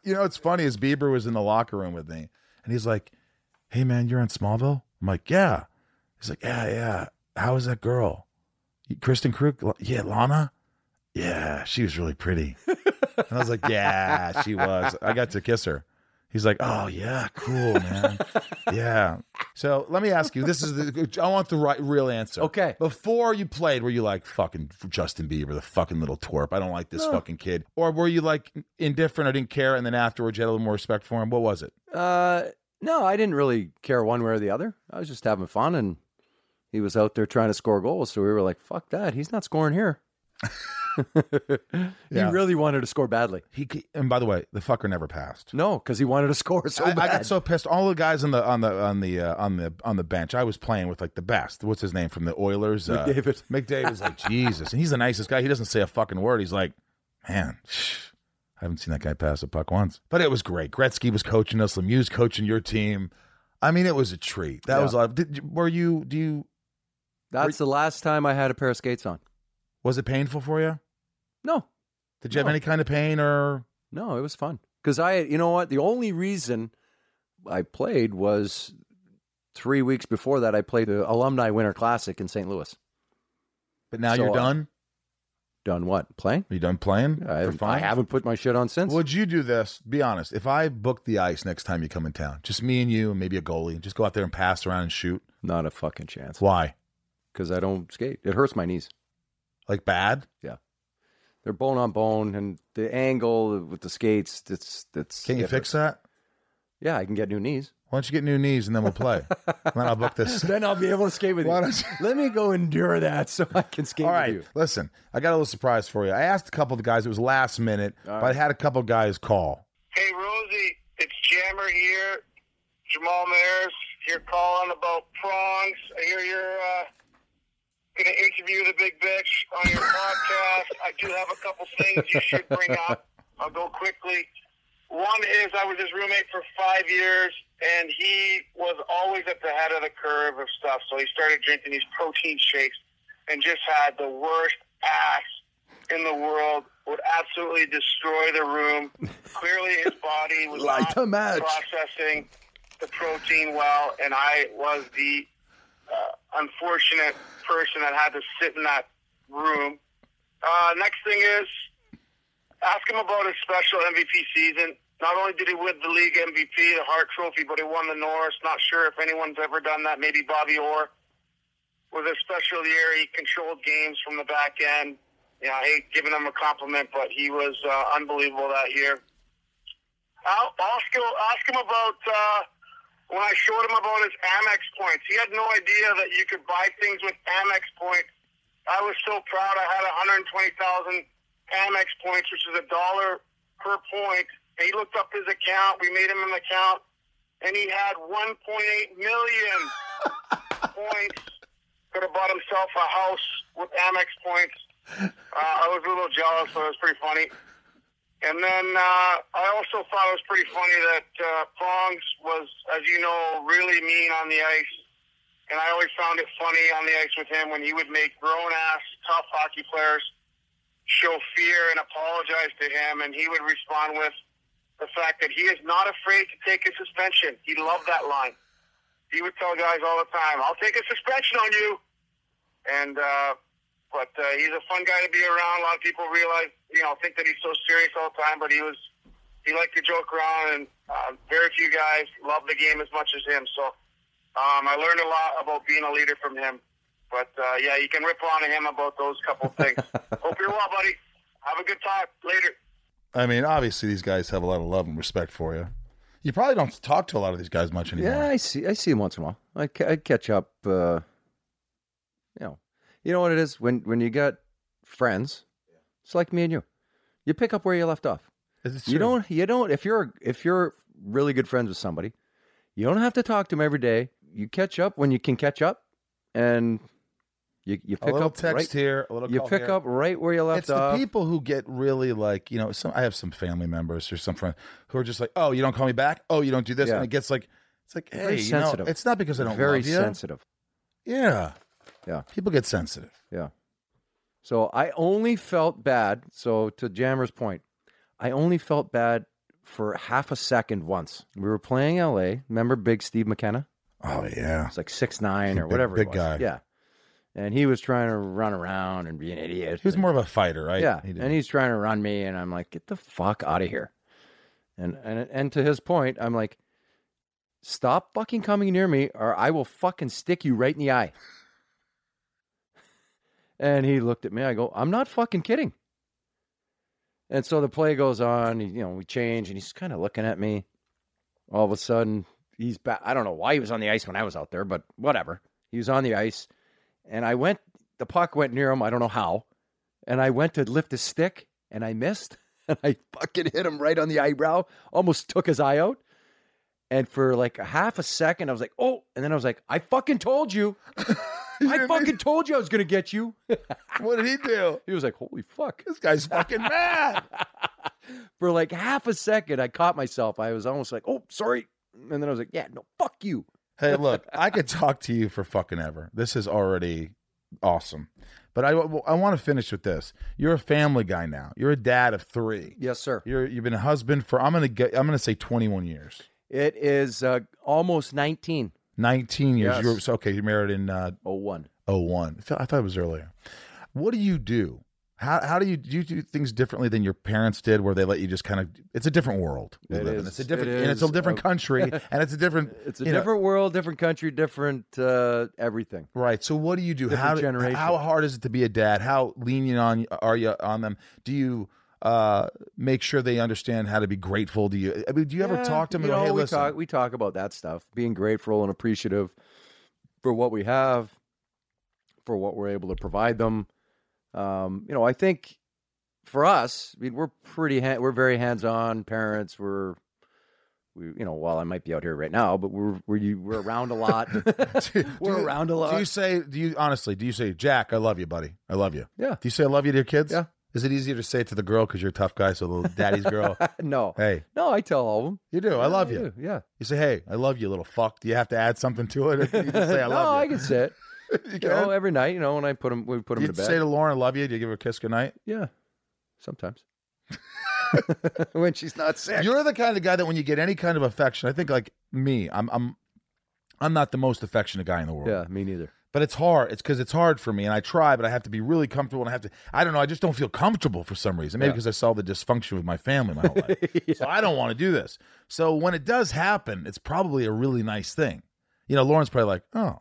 [SPEAKER 1] you know, it's funny is Bieber was in the locker room with me, and he's like, "Hey, man, you're on Smallville." I'm like, "Yeah." He's like, "Yeah, yeah. How is that girl, Kristen Krug? L- Yeah, Lana. Yeah, she was really pretty." and I was like, "Yeah, she was." I got to kiss her. He's like, "Oh yeah, cool, man. yeah." So let me ask you. This is the. I want the right, real answer.
[SPEAKER 6] Okay.
[SPEAKER 1] Before you played, were you like fucking Justin Bieber, the fucking little twerp? I don't like this fucking kid. Or were you like indifferent? I didn't care. And then afterwards, you had a little more respect for him. What was it?
[SPEAKER 6] Uh, no, I didn't really care one way or the other. I was just having fun, and he was out there trying to score goals. So we were like, "Fuck that! He's not scoring here."
[SPEAKER 1] Yeah.
[SPEAKER 6] He really wanted to score badly.
[SPEAKER 1] He c- and by the way, the fucker never passed.
[SPEAKER 6] No, because he wanted to score so
[SPEAKER 1] I, I
[SPEAKER 6] bad.
[SPEAKER 1] got so pissed. All the guys on the on the on the uh, on the on the bench. I was playing with like the best. What's his name from the Oilers? Uh,
[SPEAKER 6] McDavid.
[SPEAKER 1] McDavid's like Jesus, and he's the nicest guy. He doesn't say a fucking word. He's like, man, I haven't seen that guy pass a puck once. But it was great. Gretzky was coaching us. Lemieux's coaching your team. I mean, it was a treat. That
[SPEAKER 6] Yeah.
[SPEAKER 1] was a lot. Of, did, you- were you? Do you?
[SPEAKER 6] That's the last time I had a pair of skates on.
[SPEAKER 1] Was it painful for you?
[SPEAKER 6] No,
[SPEAKER 1] Did you have
[SPEAKER 6] No.
[SPEAKER 1] any kind of pain or?
[SPEAKER 6] No, it was fun because I, you know what, the only reason I played was three weeks before that I played the Alumni Winter Classic in St. Louis.
[SPEAKER 1] But now
[SPEAKER 6] So,
[SPEAKER 1] you're
[SPEAKER 6] uh,
[SPEAKER 1] done.
[SPEAKER 6] Done what? Playing?
[SPEAKER 1] Are you done playing?
[SPEAKER 6] I,
[SPEAKER 1] for fun?
[SPEAKER 6] I haven't put my shit on since.
[SPEAKER 1] Would you do this? Be honest. If I book the ice next time you come in town, just me and you, and maybe a goalie, just go out there and pass around and shoot.
[SPEAKER 6] Not a fucking chance
[SPEAKER 1] Why?
[SPEAKER 6] because I don't skate. It hurts my knees.
[SPEAKER 1] Like bad?
[SPEAKER 6] They're bone on bone, and the angle with the skates. It's it's.
[SPEAKER 1] Can't you
[SPEAKER 6] it
[SPEAKER 1] fix
[SPEAKER 6] hurts.
[SPEAKER 1] that?
[SPEAKER 6] Yeah, I can get new knees.
[SPEAKER 1] Why don't you get new knees and then we'll play? and then I'll book this.
[SPEAKER 6] then I'll be able to skate with
[SPEAKER 1] Why
[SPEAKER 6] you.
[SPEAKER 1] don't
[SPEAKER 6] Let me go endure that so I can skate
[SPEAKER 1] All
[SPEAKER 6] with
[SPEAKER 1] right,
[SPEAKER 6] you.
[SPEAKER 1] listen. I got a little surprise for you. I asked a couple of the guys. It was last minute, but I had a couple of guys call.
[SPEAKER 10] Hey, Rosie, it's Jammer here. Jamal Mayers here calling about prongs. I hear you're uh, going to interview the big bitch on your podcast. I do have a couple things you should bring up. I'll go quickly. One is I was his roommate for five years, and he was always at the head of the curve of stuff. So he started drinking these protein shakes and just had the worst ass in the world would absolutely destroy the room. Clearly, his body was
[SPEAKER 6] Light
[SPEAKER 10] not
[SPEAKER 6] a match.
[SPEAKER 10] processing the protein well, and I was the uh, unfortunate person that had to sit in that room. Uh, next thing is, ask him about his special MVP season. Not only did he win the league MVP, the Hart Trophy, but he won the Norris. Not sure if anyone's ever done that. Maybe Bobby Orr was a special year. He controlled games from the back end. You know, I hate giving him a compliment, but he was uh, unbelievable that year. I'll ask him, ask him about uh, when I showed him about his Amex points. He had no idea that you could buy things with Amex points. I was so proud. I had 120,000 Amex points, which is a dollar per point. And he looked up his account. We made him an account, and he had 1.8 million points. Could have bought himself a house with Amex points. Uh, I was a little jealous, but it was pretty funny. And then uh, I also thought it was pretty funny that uh, Prongs was, as you know, really mean on the ice. And I always found it funny on the ice with him when he would make grown ass, tough hockey players show fear and apologize to him. And he would respond with the fact that he is not afraid to take a suspension. He loved that line. He would tell guys all the time, I'll take a suspension on you. And, uh, but uh, he's a fun guy to be around. A lot of people realize, you know, think that he's so serious all the time, but he was, he liked to joke around, and uh, very few guys love the game as much as him. So um, I learned a lot about being a leader from him. But uh, yeah, you can rip on him about those couple things. Hope you're well, buddy. Have a good time. Later.
[SPEAKER 1] I mean, obviously these guys have a lot of love and respect for you. You probably don't talk to a lot of these guys much anymore.
[SPEAKER 6] Yeah, I see. I see him once in a while. I, ca- I catch up. Uh, you know, you know what it is when when you got friends. It's like me and you. You pick up where you left off.
[SPEAKER 1] Is it
[SPEAKER 6] You
[SPEAKER 1] true?
[SPEAKER 6] don't. You don't. If you're if you're really good friends with somebody, you don't have to talk to them every day. You catch up when you can catch up, and you you
[SPEAKER 1] a
[SPEAKER 6] pick
[SPEAKER 1] little
[SPEAKER 6] up
[SPEAKER 1] text
[SPEAKER 6] right,
[SPEAKER 1] here, a little
[SPEAKER 6] You
[SPEAKER 1] call
[SPEAKER 6] pick
[SPEAKER 1] here.
[SPEAKER 6] up right where you left
[SPEAKER 1] It's
[SPEAKER 6] off.
[SPEAKER 1] the people who get really like you know. Some I have some family members or some friends who are just like, oh, you don't call me back. Oh, you don't do this,
[SPEAKER 6] Yeah.
[SPEAKER 1] and it gets like it's like, hey,
[SPEAKER 6] Very
[SPEAKER 1] you know,
[SPEAKER 6] sensitive.
[SPEAKER 1] it's not because I don't
[SPEAKER 6] Very
[SPEAKER 1] love you.
[SPEAKER 6] sensitive.
[SPEAKER 1] Yeah,
[SPEAKER 6] Yeah.
[SPEAKER 1] People get sensitive.
[SPEAKER 6] Yeah. So I only felt bad. So to Jammer's point, I only felt bad for half a second once. We were playing LA. Remember Big Steve McKenna?
[SPEAKER 1] Oh yeah,
[SPEAKER 6] It's like six nine or
[SPEAKER 1] Big-
[SPEAKER 6] whatever.
[SPEAKER 1] big
[SPEAKER 6] it was.
[SPEAKER 1] guy.
[SPEAKER 6] Yeah. And he was trying to run around and be an idiot.
[SPEAKER 1] he was
[SPEAKER 6] and-
[SPEAKER 1] more of a fighter, right?
[SPEAKER 6] yeah,
[SPEAKER 1] He did.
[SPEAKER 6] and he's trying to run me, and I'm like, get the fuck out of here. And and and to his point, I'm like, stop fucking coming near me, or I will fucking stick you right in the eye. And he looked at me. I go, I'm not fucking kidding. And so the play goes on. You know, we change, and he's kind of looking at me. All of a sudden, he's back. I don't know why he was on the ice when I was out there, but whatever. He was on the ice, and I went. The puck went near him. I don't know how and I went to lift his stick and I missed and I fucking hit him right on the eyebrow, almost took his eye out. And for like a half a second, I was like, oh, and then I was like, I fucking told you. I fucking told you I was gonna get you.
[SPEAKER 1] what did he do?
[SPEAKER 6] He was like, holy fuck.
[SPEAKER 1] This guy's fucking mad.
[SPEAKER 6] For like half a second, I caught myself. I was almost like, oh, sorry. And then I was like, yeah, no, fuck you.
[SPEAKER 1] hey, look, I could talk to you for fucking ever. This is already awesome. But I, I want to finish with this. You're a family guy now. You're a dad of three.
[SPEAKER 6] Yes, sir.
[SPEAKER 1] You're you've been a husband for I'm gonna get I'm gonna say 21 years,
[SPEAKER 6] It is uh, almost 19.
[SPEAKER 1] 19 years.
[SPEAKER 6] Yes.
[SPEAKER 1] You were, so, okay, you married in uh,
[SPEAKER 6] Oh, one.
[SPEAKER 1] 01. I thought- I thought it was earlier. What do you do? How how do you do you do things differently than your parents did, where they let you just kind of? It's a different world we
[SPEAKER 6] It
[SPEAKER 1] live
[SPEAKER 6] is.
[SPEAKER 1] in. It's a different
[SPEAKER 6] It
[SPEAKER 1] and it's a
[SPEAKER 6] is.
[SPEAKER 1] different
[SPEAKER 6] Uh,
[SPEAKER 1] country and it's a different.
[SPEAKER 6] It's a
[SPEAKER 1] you know,
[SPEAKER 6] different world, different country, different uh, everything.
[SPEAKER 1] Right. So what do you do?
[SPEAKER 6] Different
[SPEAKER 1] How do-
[SPEAKER 6] generation.
[SPEAKER 1] how hard is it to be a dad? How lenient on are you on them? Do you uh make sure they understand how to be grateful to you? I mean, do you ever
[SPEAKER 6] Yeah,
[SPEAKER 1] talk to them
[SPEAKER 6] you
[SPEAKER 1] about
[SPEAKER 6] know,
[SPEAKER 1] hey,
[SPEAKER 6] we
[SPEAKER 1] listen,
[SPEAKER 6] talk we talk about that stuff, being grateful and appreciative for what we have, for what we're able to provide them. Um, you know, I think for us, I mean, we're pretty ha- we're very hands on parents. We're we, you know, while I might be out here right now, but we're we're you- we're around a lot.
[SPEAKER 1] Do-
[SPEAKER 6] we're
[SPEAKER 1] do-
[SPEAKER 6] around
[SPEAKER 1] Do
[SPEAKER 6] a
[SPEAKER 1] you
[SPEAKER 6] lot.
[SPEAKER 1] say? Do you honestly? Do you say, Jack? I love you, buddy. I love you.
[SPEAKER 6] Yeah.
[SPEAKER 1] Do you say I love you to your kids?
[SPEAKER 6] Yeah.
[SPEAKER 1] Is it easier to say it to the girl because you're a tough guy? So little daddy's girl.
[SPEAKER 6] no,
[SPEAKER 1] Hey,
[SPEAKER 6] no, I tell all of them.
[SPEAKER 1] you do. Oh, I love you.
[SPEAKER 6] Yeah,
[SPEAKER 1] You say, hey, I love you, little fuck. Do you have to add something to it? Or can you just say, I
[SPEAKER 6] no,
[SPEAKER 1] love
[SPEAKER 6] I
[SPEAKER 1] you.
[SPEAKER 6] can say it.
[SPEAKER 1] you
[SPEAKER 6] You
[SPEAKER 1] can.
[SPEAKER 6] know, every night, you know, when I put them, we put them
[SPEAKER 1] you
[SPEAKER 6] to bed.
[SPEAKER 1] say to Lauren, I love you. Do you give her a kiss goodnight?
[SPEAKER 6] yeah, Sometimes. when she's not sick.
[SPEAKER 1] You're the kind of guy that when you get any kind of affection, I think like me, I'm I'm I'm not the most affectionate guy in the world.
[SPEAKER 6] yeah, me neither.
[SPEAKER 1] But it's hard. It's because it's hard for me, and I try, but I have to be really comfortable, and I have to. I don't know. I just don't feel comfortable for some reason. Maybe
[SPEAKER 6] Yeah.
[SPEAKER 1] because I saw the dysfunction with my family my whole life, so I don't want to do this. So when it does happen, it's probably a really nice thing. You know, Lauren's probably like, "Oh,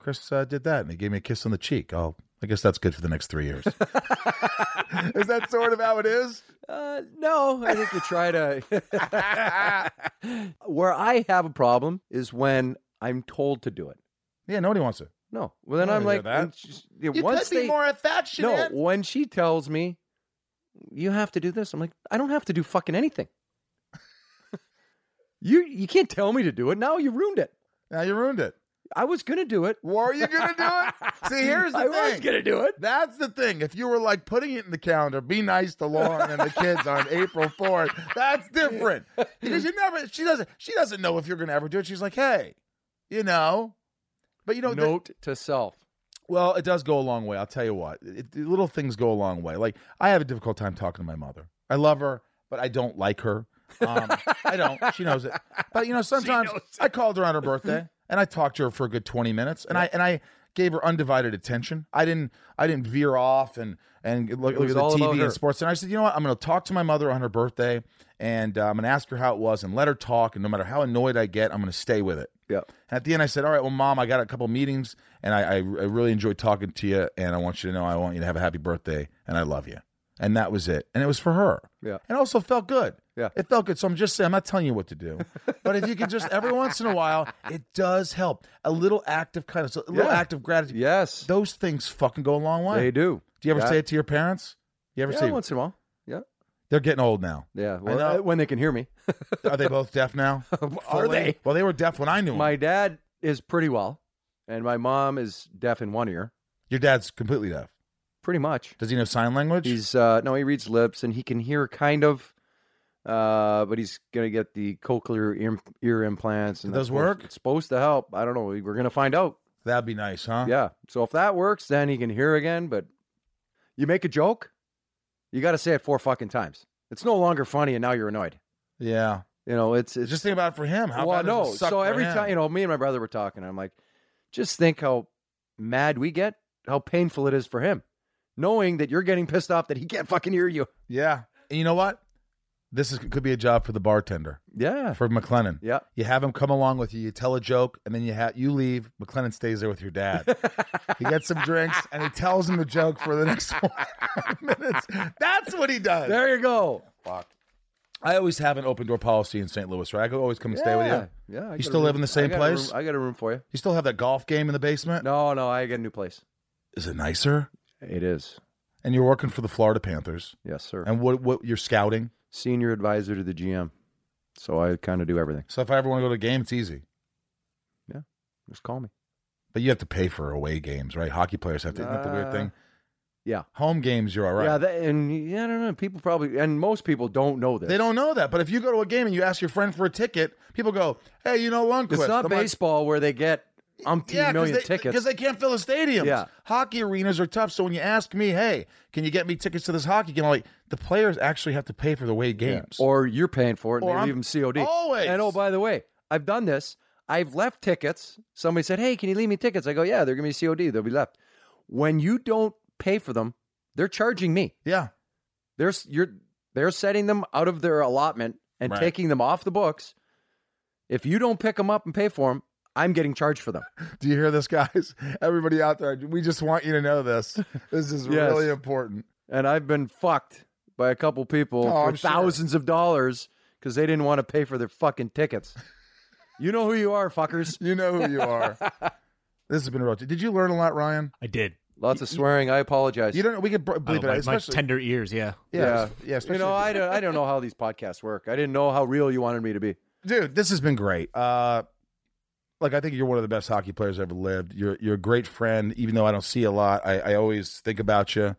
[SPEAKER 1] Chris uh, did that, and he gave me a kiss on the cheek. Oh, I guess that's good for the next three years." is that sort of how it is?
[SPEAKER 6] Uh, no, I think you try to. Where I have a problem is when I'm told to do it.
[SPEAKER 1] Yeah, nobody wants it.
[SPEAKER 6] No, well then
[SPEAKER 1] I
[SPEAKER 6] I'm
[SPEAKER 1] hear
[SPEAKER 6] like,
[SPEAKER 1] that.
[SPEAKER 6] when she's- yeah,
[SPEAKER 1] You
[SPEAKER 6] once
[SPEAKER 1] could be
[SPEAKER 6] they-
[SPEAKER 1] more affectionate.
[SPEAKER 6] no, when she tells me you have to do this, I'm like, I don't have to do fucking anything. you you can't tell me to do it now. You ruined it.
[SPEAKER 1] Now you ruined it.
[SPEAKER 6] I was gonna do it.
[SPEAKER 1] Were you gonna do it? See, here's the
[SPEAKER 6] I
[SPEAKER 1] thing.
[SPEAKER 6] was gonna do it.
[SPEAKER 1] That's the thing. If you were like putting it in the calendar, be nice to Lauren and the kids on April 4th. That's different. Because you never she doesn't she doesn't know if you're gonna ever do it. She's like, hey, you know. But you know, the-
[SPEAKER 6] Note to self.
[SPEAKER 1] well, it does go a long way. I'll tell you what. It, it- little things go a long way. Like I have a difficult time talking to my mother. I love her, but I don't like her. Um, I don't. She knows it. But you know, sometimes I called her on her birthday and I talked to her for a good twenty minutes, and I and I gave her undivided attention. I didn't. I didn't veer off and and look, look
[SPEAKER 6] was
[SPEAKER 1] at the
[SPEAKER 6] all about
[SPEAKER 1] TV
[SPEAKER 6] her.
[SPEAKER 1] and sports. And I said, you know what? I'm going to talk to my mother on her birthday, and uh, I'm going to ask her how it was, and let her talk. And no matter how annoyed I get, I'm going to stay with it.
[SPEAKER 6] Yeah.
[SPEAKER 1] And at the end, I said, "All right, well, mom, I got a couple meetings, and I, I, I really enjoyed talking to you, and I want you to know I want you to have a happy birthday, and I love you." And that was it, and it was for her.
[SPEAKER 6] Yeah.
[SPEAKER 1] and also felt good.
[SPEAKER 6] Yeah.
[SPEAKER 1] it felt good. So I'm just saying, I'm not telling you what to do, but if you can just every once in a while, it does help. A little act of kindness, a little
[SPEAKER 6] Yeah.
[SPEAKER 1] act of gratitude.
[SPEAKER 6] Yes,
[SPEAKER 1] Those things fucking go a long way.
[SPEAKER 6] they do.
[SPEAKER 1] do you ever
[SPEAKER 6] Yeah.
[SPEAKER 1] say it to your parents? You ever
[SPEAKER 6] Yeah,
[SPEAKER 1] say
[SPEAKER 6] once in a while. Yeah,
[SPEAKER 1] they're getting old now?
[SPEAKER 6] yeah.
[SPEAKER 1] know.
[SPEAKER 6] Well, uh, when they can hear me,
[SPEAKER 1] Are they both deaf now?
[SPEAKER 6] are
[SPEAKER 1] Fully?
[SPEAKER 6] they?
[SPEAKER 1] Well, they were deaf when I knew 'em.
[SPEAKER 6] My dad is pretty well, and my mom is deaf in one ear,
[SPEAKER 1] Your dad's completely deaf.
[SPEAKER 6] pretty much.
[SPEAKER 1] Does he know sign language?
[SPEAKER 6] He's uh, no, he reads lips, and he can hear kind of, uh, but he's gonna get the cochlear ear, ear implants. And
[SPEAKER 1] Do those
[SPEAKER 6] that's supposed-
[SPEAKER 1] work?
[SPEAKER 6] It's supposed to help. I don't know. We're gonna find out.
[SPEAKER 1] That'd be nice, huh?
[SPEAKER 6] Yeah. So if that works, then he can hear again. But you make a joke, you got to say it four fucking times. It's no longer funny, and now you're annoyed.
[SPEAKER 1] Yeah.
[SPEAKER 6] You know, it's it's
[SPEAKER 1] Just think about it for him. How
[SPEAKER 6] well,
[SPEAKER 1] bad does
[SPEAKER 6] no.
[SPEAKER 1] it suck
[SPEAKER 6] So
[SPEAKER 1] for
[SPEAKER 6] every
[SPEAKER 1] him?
[SPEAKER 6] time, you know, me and my brother were talking. I'm like, just think how mad we get, how painful it is for him, knowing that you're getting pissed off that he can't fucking hear you.
[SPEAKER 1] Yeah. And you know what? This is, could be a job for the bartender
[SPEAKER 6] Yeah.
[SPEAKER 1] for McLennan.
[SPEAKER 6] Yeah.
[SPEAKER 1] You have him come along with you. You tell a joke, and then you ha- you leave. McLennan stays there with your dad. he gets some drinks, and he tells him the joke for the next four minutes. That's what he does.
[SPEAKER 6] There you go.
[SPEAKER 1] I always have an open door policy in St. Louis, right? I could always come and stay with you.
[SPEAKER 6] Yeah. I got
[SPEAKER 1] You
[SPEAKER 6] a
[SPEAKER 1] still live in the same
[SPEAKER 6] I got a
[SPEAKER 1] place?
[SPEAKER 6] room- I got a room for you.
[SPEAKER 1] You still have that golf game in the basement.
[SPEAKER 6] No, no, I got a new place.
[SPEAKER 1] Is it nicer?
[SPEAKER 6] It is.
[SPEAKER 1] And you're working for the Florida Panthers.
[SPEAKER 6] Yes, sir.
[SPEAKER 1] And what what you're scouting?
[SPEAKER 6] Senior advisor to the GM. So I kind of do everything.
[SPEAKER 1] So if I ever want to go to a game, it's easy.
[SPEAKER 6] Just call me.
[SPEAKER 1] But you have to pay for away games, right? Hockey players have to. isn't that the weird
[SPEAKER 6] Uh,
[SPEAKER 1] thing?
[SPEAKER 6] yeah.
[SPEAKER 1] Home games, you're all right.
[SPEAKER 6] Yeah, that, and yeah, I don't know. People probably and most people don't know this.
[SPEAKER 1] they don't know that. But if you go to a game and you ask your friend for a ticket, people go, hey, you know Lundqvist.
[SPEAKER 6] It's not
[SPEAKER 1] I'm like,
[SPEAKER 6] baseball where they get umpteen million tickets.
[SPEAKER 1] because they can't fill the stadiums.
[SPEAKER 6] Yeah.
[SPEAKER 1] Hockey arenas are tough. So when you ask me, hey, can you get me tickets to this hockey game? I'm like, the players actually have to pay for the away games.
[SPEAKER 6] or you're paying for it and
[SPEAKER 1] Or
[SPEAKER 6] they
[SPEAKER 1] I'm-
[SPEAKER 6] leave them COD.
[SPEAKER 1] Always.
[SPEAKER 6] And oh, by the way, I've done this. I've left tickets. Somebody said, "Hey, can you leave me tickets?" I go, "Yeah, they're going to be COD. They'll be left." When you don't pay for them, they're charging me.
[SPEAKER 1] yeah.
[SPEAKER 6] They're s- you're they're setting them out of their allotment and
[SPEAKER 1] Right.
[SPEAKER 6] taking them off the books. If you don't pick them up and pay for them, I'm getting charged for them.
[SPEAKER 1] Do you hear this, guys? Everybody out there, we just want you to know this. This is
[SPEAKER 6] Yes.
[SPEAKER 1] really important.
[SPEAKER 6] And I've been fucked by a couple people
[SPEAKER 1] Oh,
[SPEAKER 6] for
[SPEAKER 1] I'm sure.
[SPEAKER 6] thousands of dollars because they didn't want to pay for their fucking tickets. you know who you are, fuckers.
[SPEAKER 1] You know who you are. this has been real. Did you learn a lot, Ryan?
[SPEAKER 8] I did.
[SPEAKER 6] Lots of swearing. I apologize.
[SPEAKER 1] You don't know. We could br- believe
[SPEAKER 8] Oh,
[SPEAKER 1] it.
[SPEAKER 8] my, my
[SPEAKER 1] especially,
[SPEAKER 8] tender ears, yeah.
[SPEAKER 1] yeah, yeah. especially
[SPEAKER 6] you know, I don't, I don't know how these podcasts work. I didn't know how real you wanted me to be.
[SPEAKER 1] dude, this has been great. Uh, like I think you're one of the best hockey players ever lived. You're you're a great friend, even though I don't see a lot. I, I always think about you.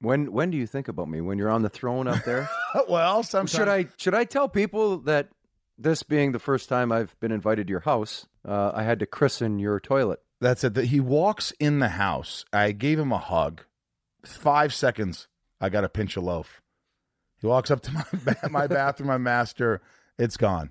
[SPEAKER 6] When when do you think about me? When you're on the throne up there?
[SPEAKER 1] well, sometimes
[SPEAKER 6] Um, should I should I tell people that this being the first time I've been invited to your house, uh, I had to christen your toilet.
[SPEAKER 1] That's it. That he walks in the house. I gave him a hug. Five seconds. I got a pinch of loaf. He walks up to my ba- my bathroom, my master. It's gone.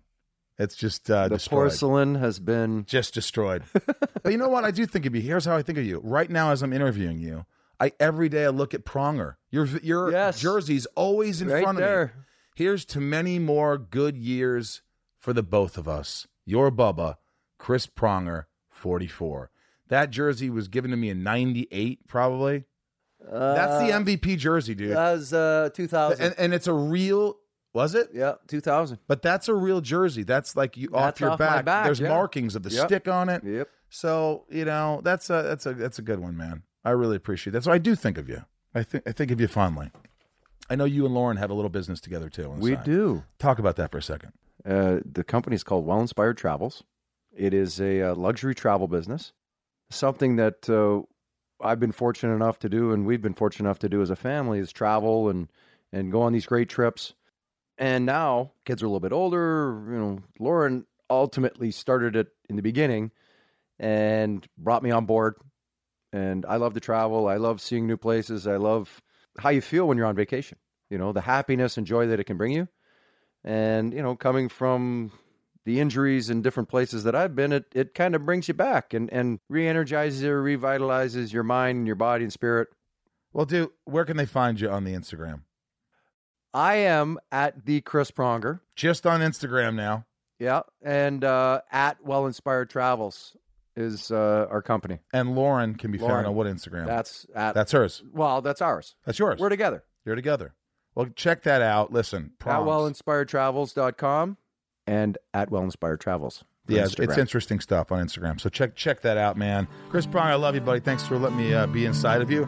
[SPEAKER 1] It's just uh,
[SPEAKER 6] the
[SPEAKER 1] destroyed.
[SPEAKER 6] porcelain has been
[SPEAKER 1] Just destroyed. but you know what? I do think of you. Here's how I think of you. Right now, as I'm interviewing you, I every day I look at Pronger. Your your
[SPEAKER 6] Yes.
[SPEAKER 1] jersey's always in
[SPEAKER 6] right
[SPEAKER 1] front of me.
[SPEAKER 6] there.
[SPEAKER 1] Here's to many more good years for the both of us. Your Bubba, Chris Pronger, 44. That jersey was given to me in 98, probably. That's the
[SPEAKER 6] Uh,
[SPEAKER 1] MVP jersey, dude.
[SPEAKER 6] That was uh, 2000.
[SPEAKER 1] and, and it's a real, was it?
[SPEAKER 6] yeah, 2000.
[SPEAKER 1] But that's a real jersey. That's like you off
[SPEAKER 6] That's
[SPEAKER 1] your
[SPEAKER 6] off my
[SPEAKER 1] back.
[SPEAKER 6] back,
[SPEAKER 1] There's
[SPEAKER 6] yeah.
[SPEAKER 1] markings of the
[SPEAKER 6] Yep.
[SPEAKER 1] stick on it.
[SPEAKER 6] Yep.
[SPEAKER 1] So, you know, that's a that's a that's a good one, man. I really appreciate that. So I do think of you. I think I think of you fondly. I know you and Lauren have a little business together too. on the
[SPEAKER 6] We
[SPEAKER 1] side.
[SPEAKER 6] do.
[SPEAKER 1] Talk about that for a second.
[SPEAKER 6] Uh, the company is called Well Inspired Travels. It is a uh, luxury travel business, something that uh, I've been fortunate enough to do, and we've been fortunate enough to do as a family, is travel and and go on these great trips. And now kids are a little bit older. You know, Lauren ultimately started it in the beginning, and brought me on board. And I love to travel. I love seeing new places. I love how you feel when you're on vacation. You know, the happiness and joy that it can bring you and you know coming from the injuries in different places that I've been, it, it kind of brings you back and, and re-energizes you, revitalizes your mind and your body and spirit.
[SPEAKER 1] Well, dude, where can they find you on the Instagram?
[SPEAKER 6] I am at the Chris Pronger.
[SPEAKER 1] Just on Instagram now.
[SPEAKER 6] Yeah. And uh, at Well Inspired Travels is uh, our company.
[SPEAKER 1] And Lauren can be found
[SPEAKER 6] Lauren.
[SPEAKER 1] on what Instagram?
[SPEAKER 6] That's at,
[SPEAKER 1] That's hers.
[SPEAKER 6] well, that's ours.
[SPEAKER 1] That's yours.
[SPEAKER 6] We're together.
[SPEAKER 1] You're together. Well, check that out. Listen,
[SPEAKER 6] At
[SPEAKER 1] proms.
[SPEAKER 6] wellinspiredtravels.com and at Well Inspired Travels. for
[SPEAKER 1] yeah,
[SPEAKER 6] Instagram.
[SPEAKER 1] it's interesting stuff on Instagram. So check check that out, man. Chris Prong, I love you, buddy. Thanks for letting me uh, be inside of you.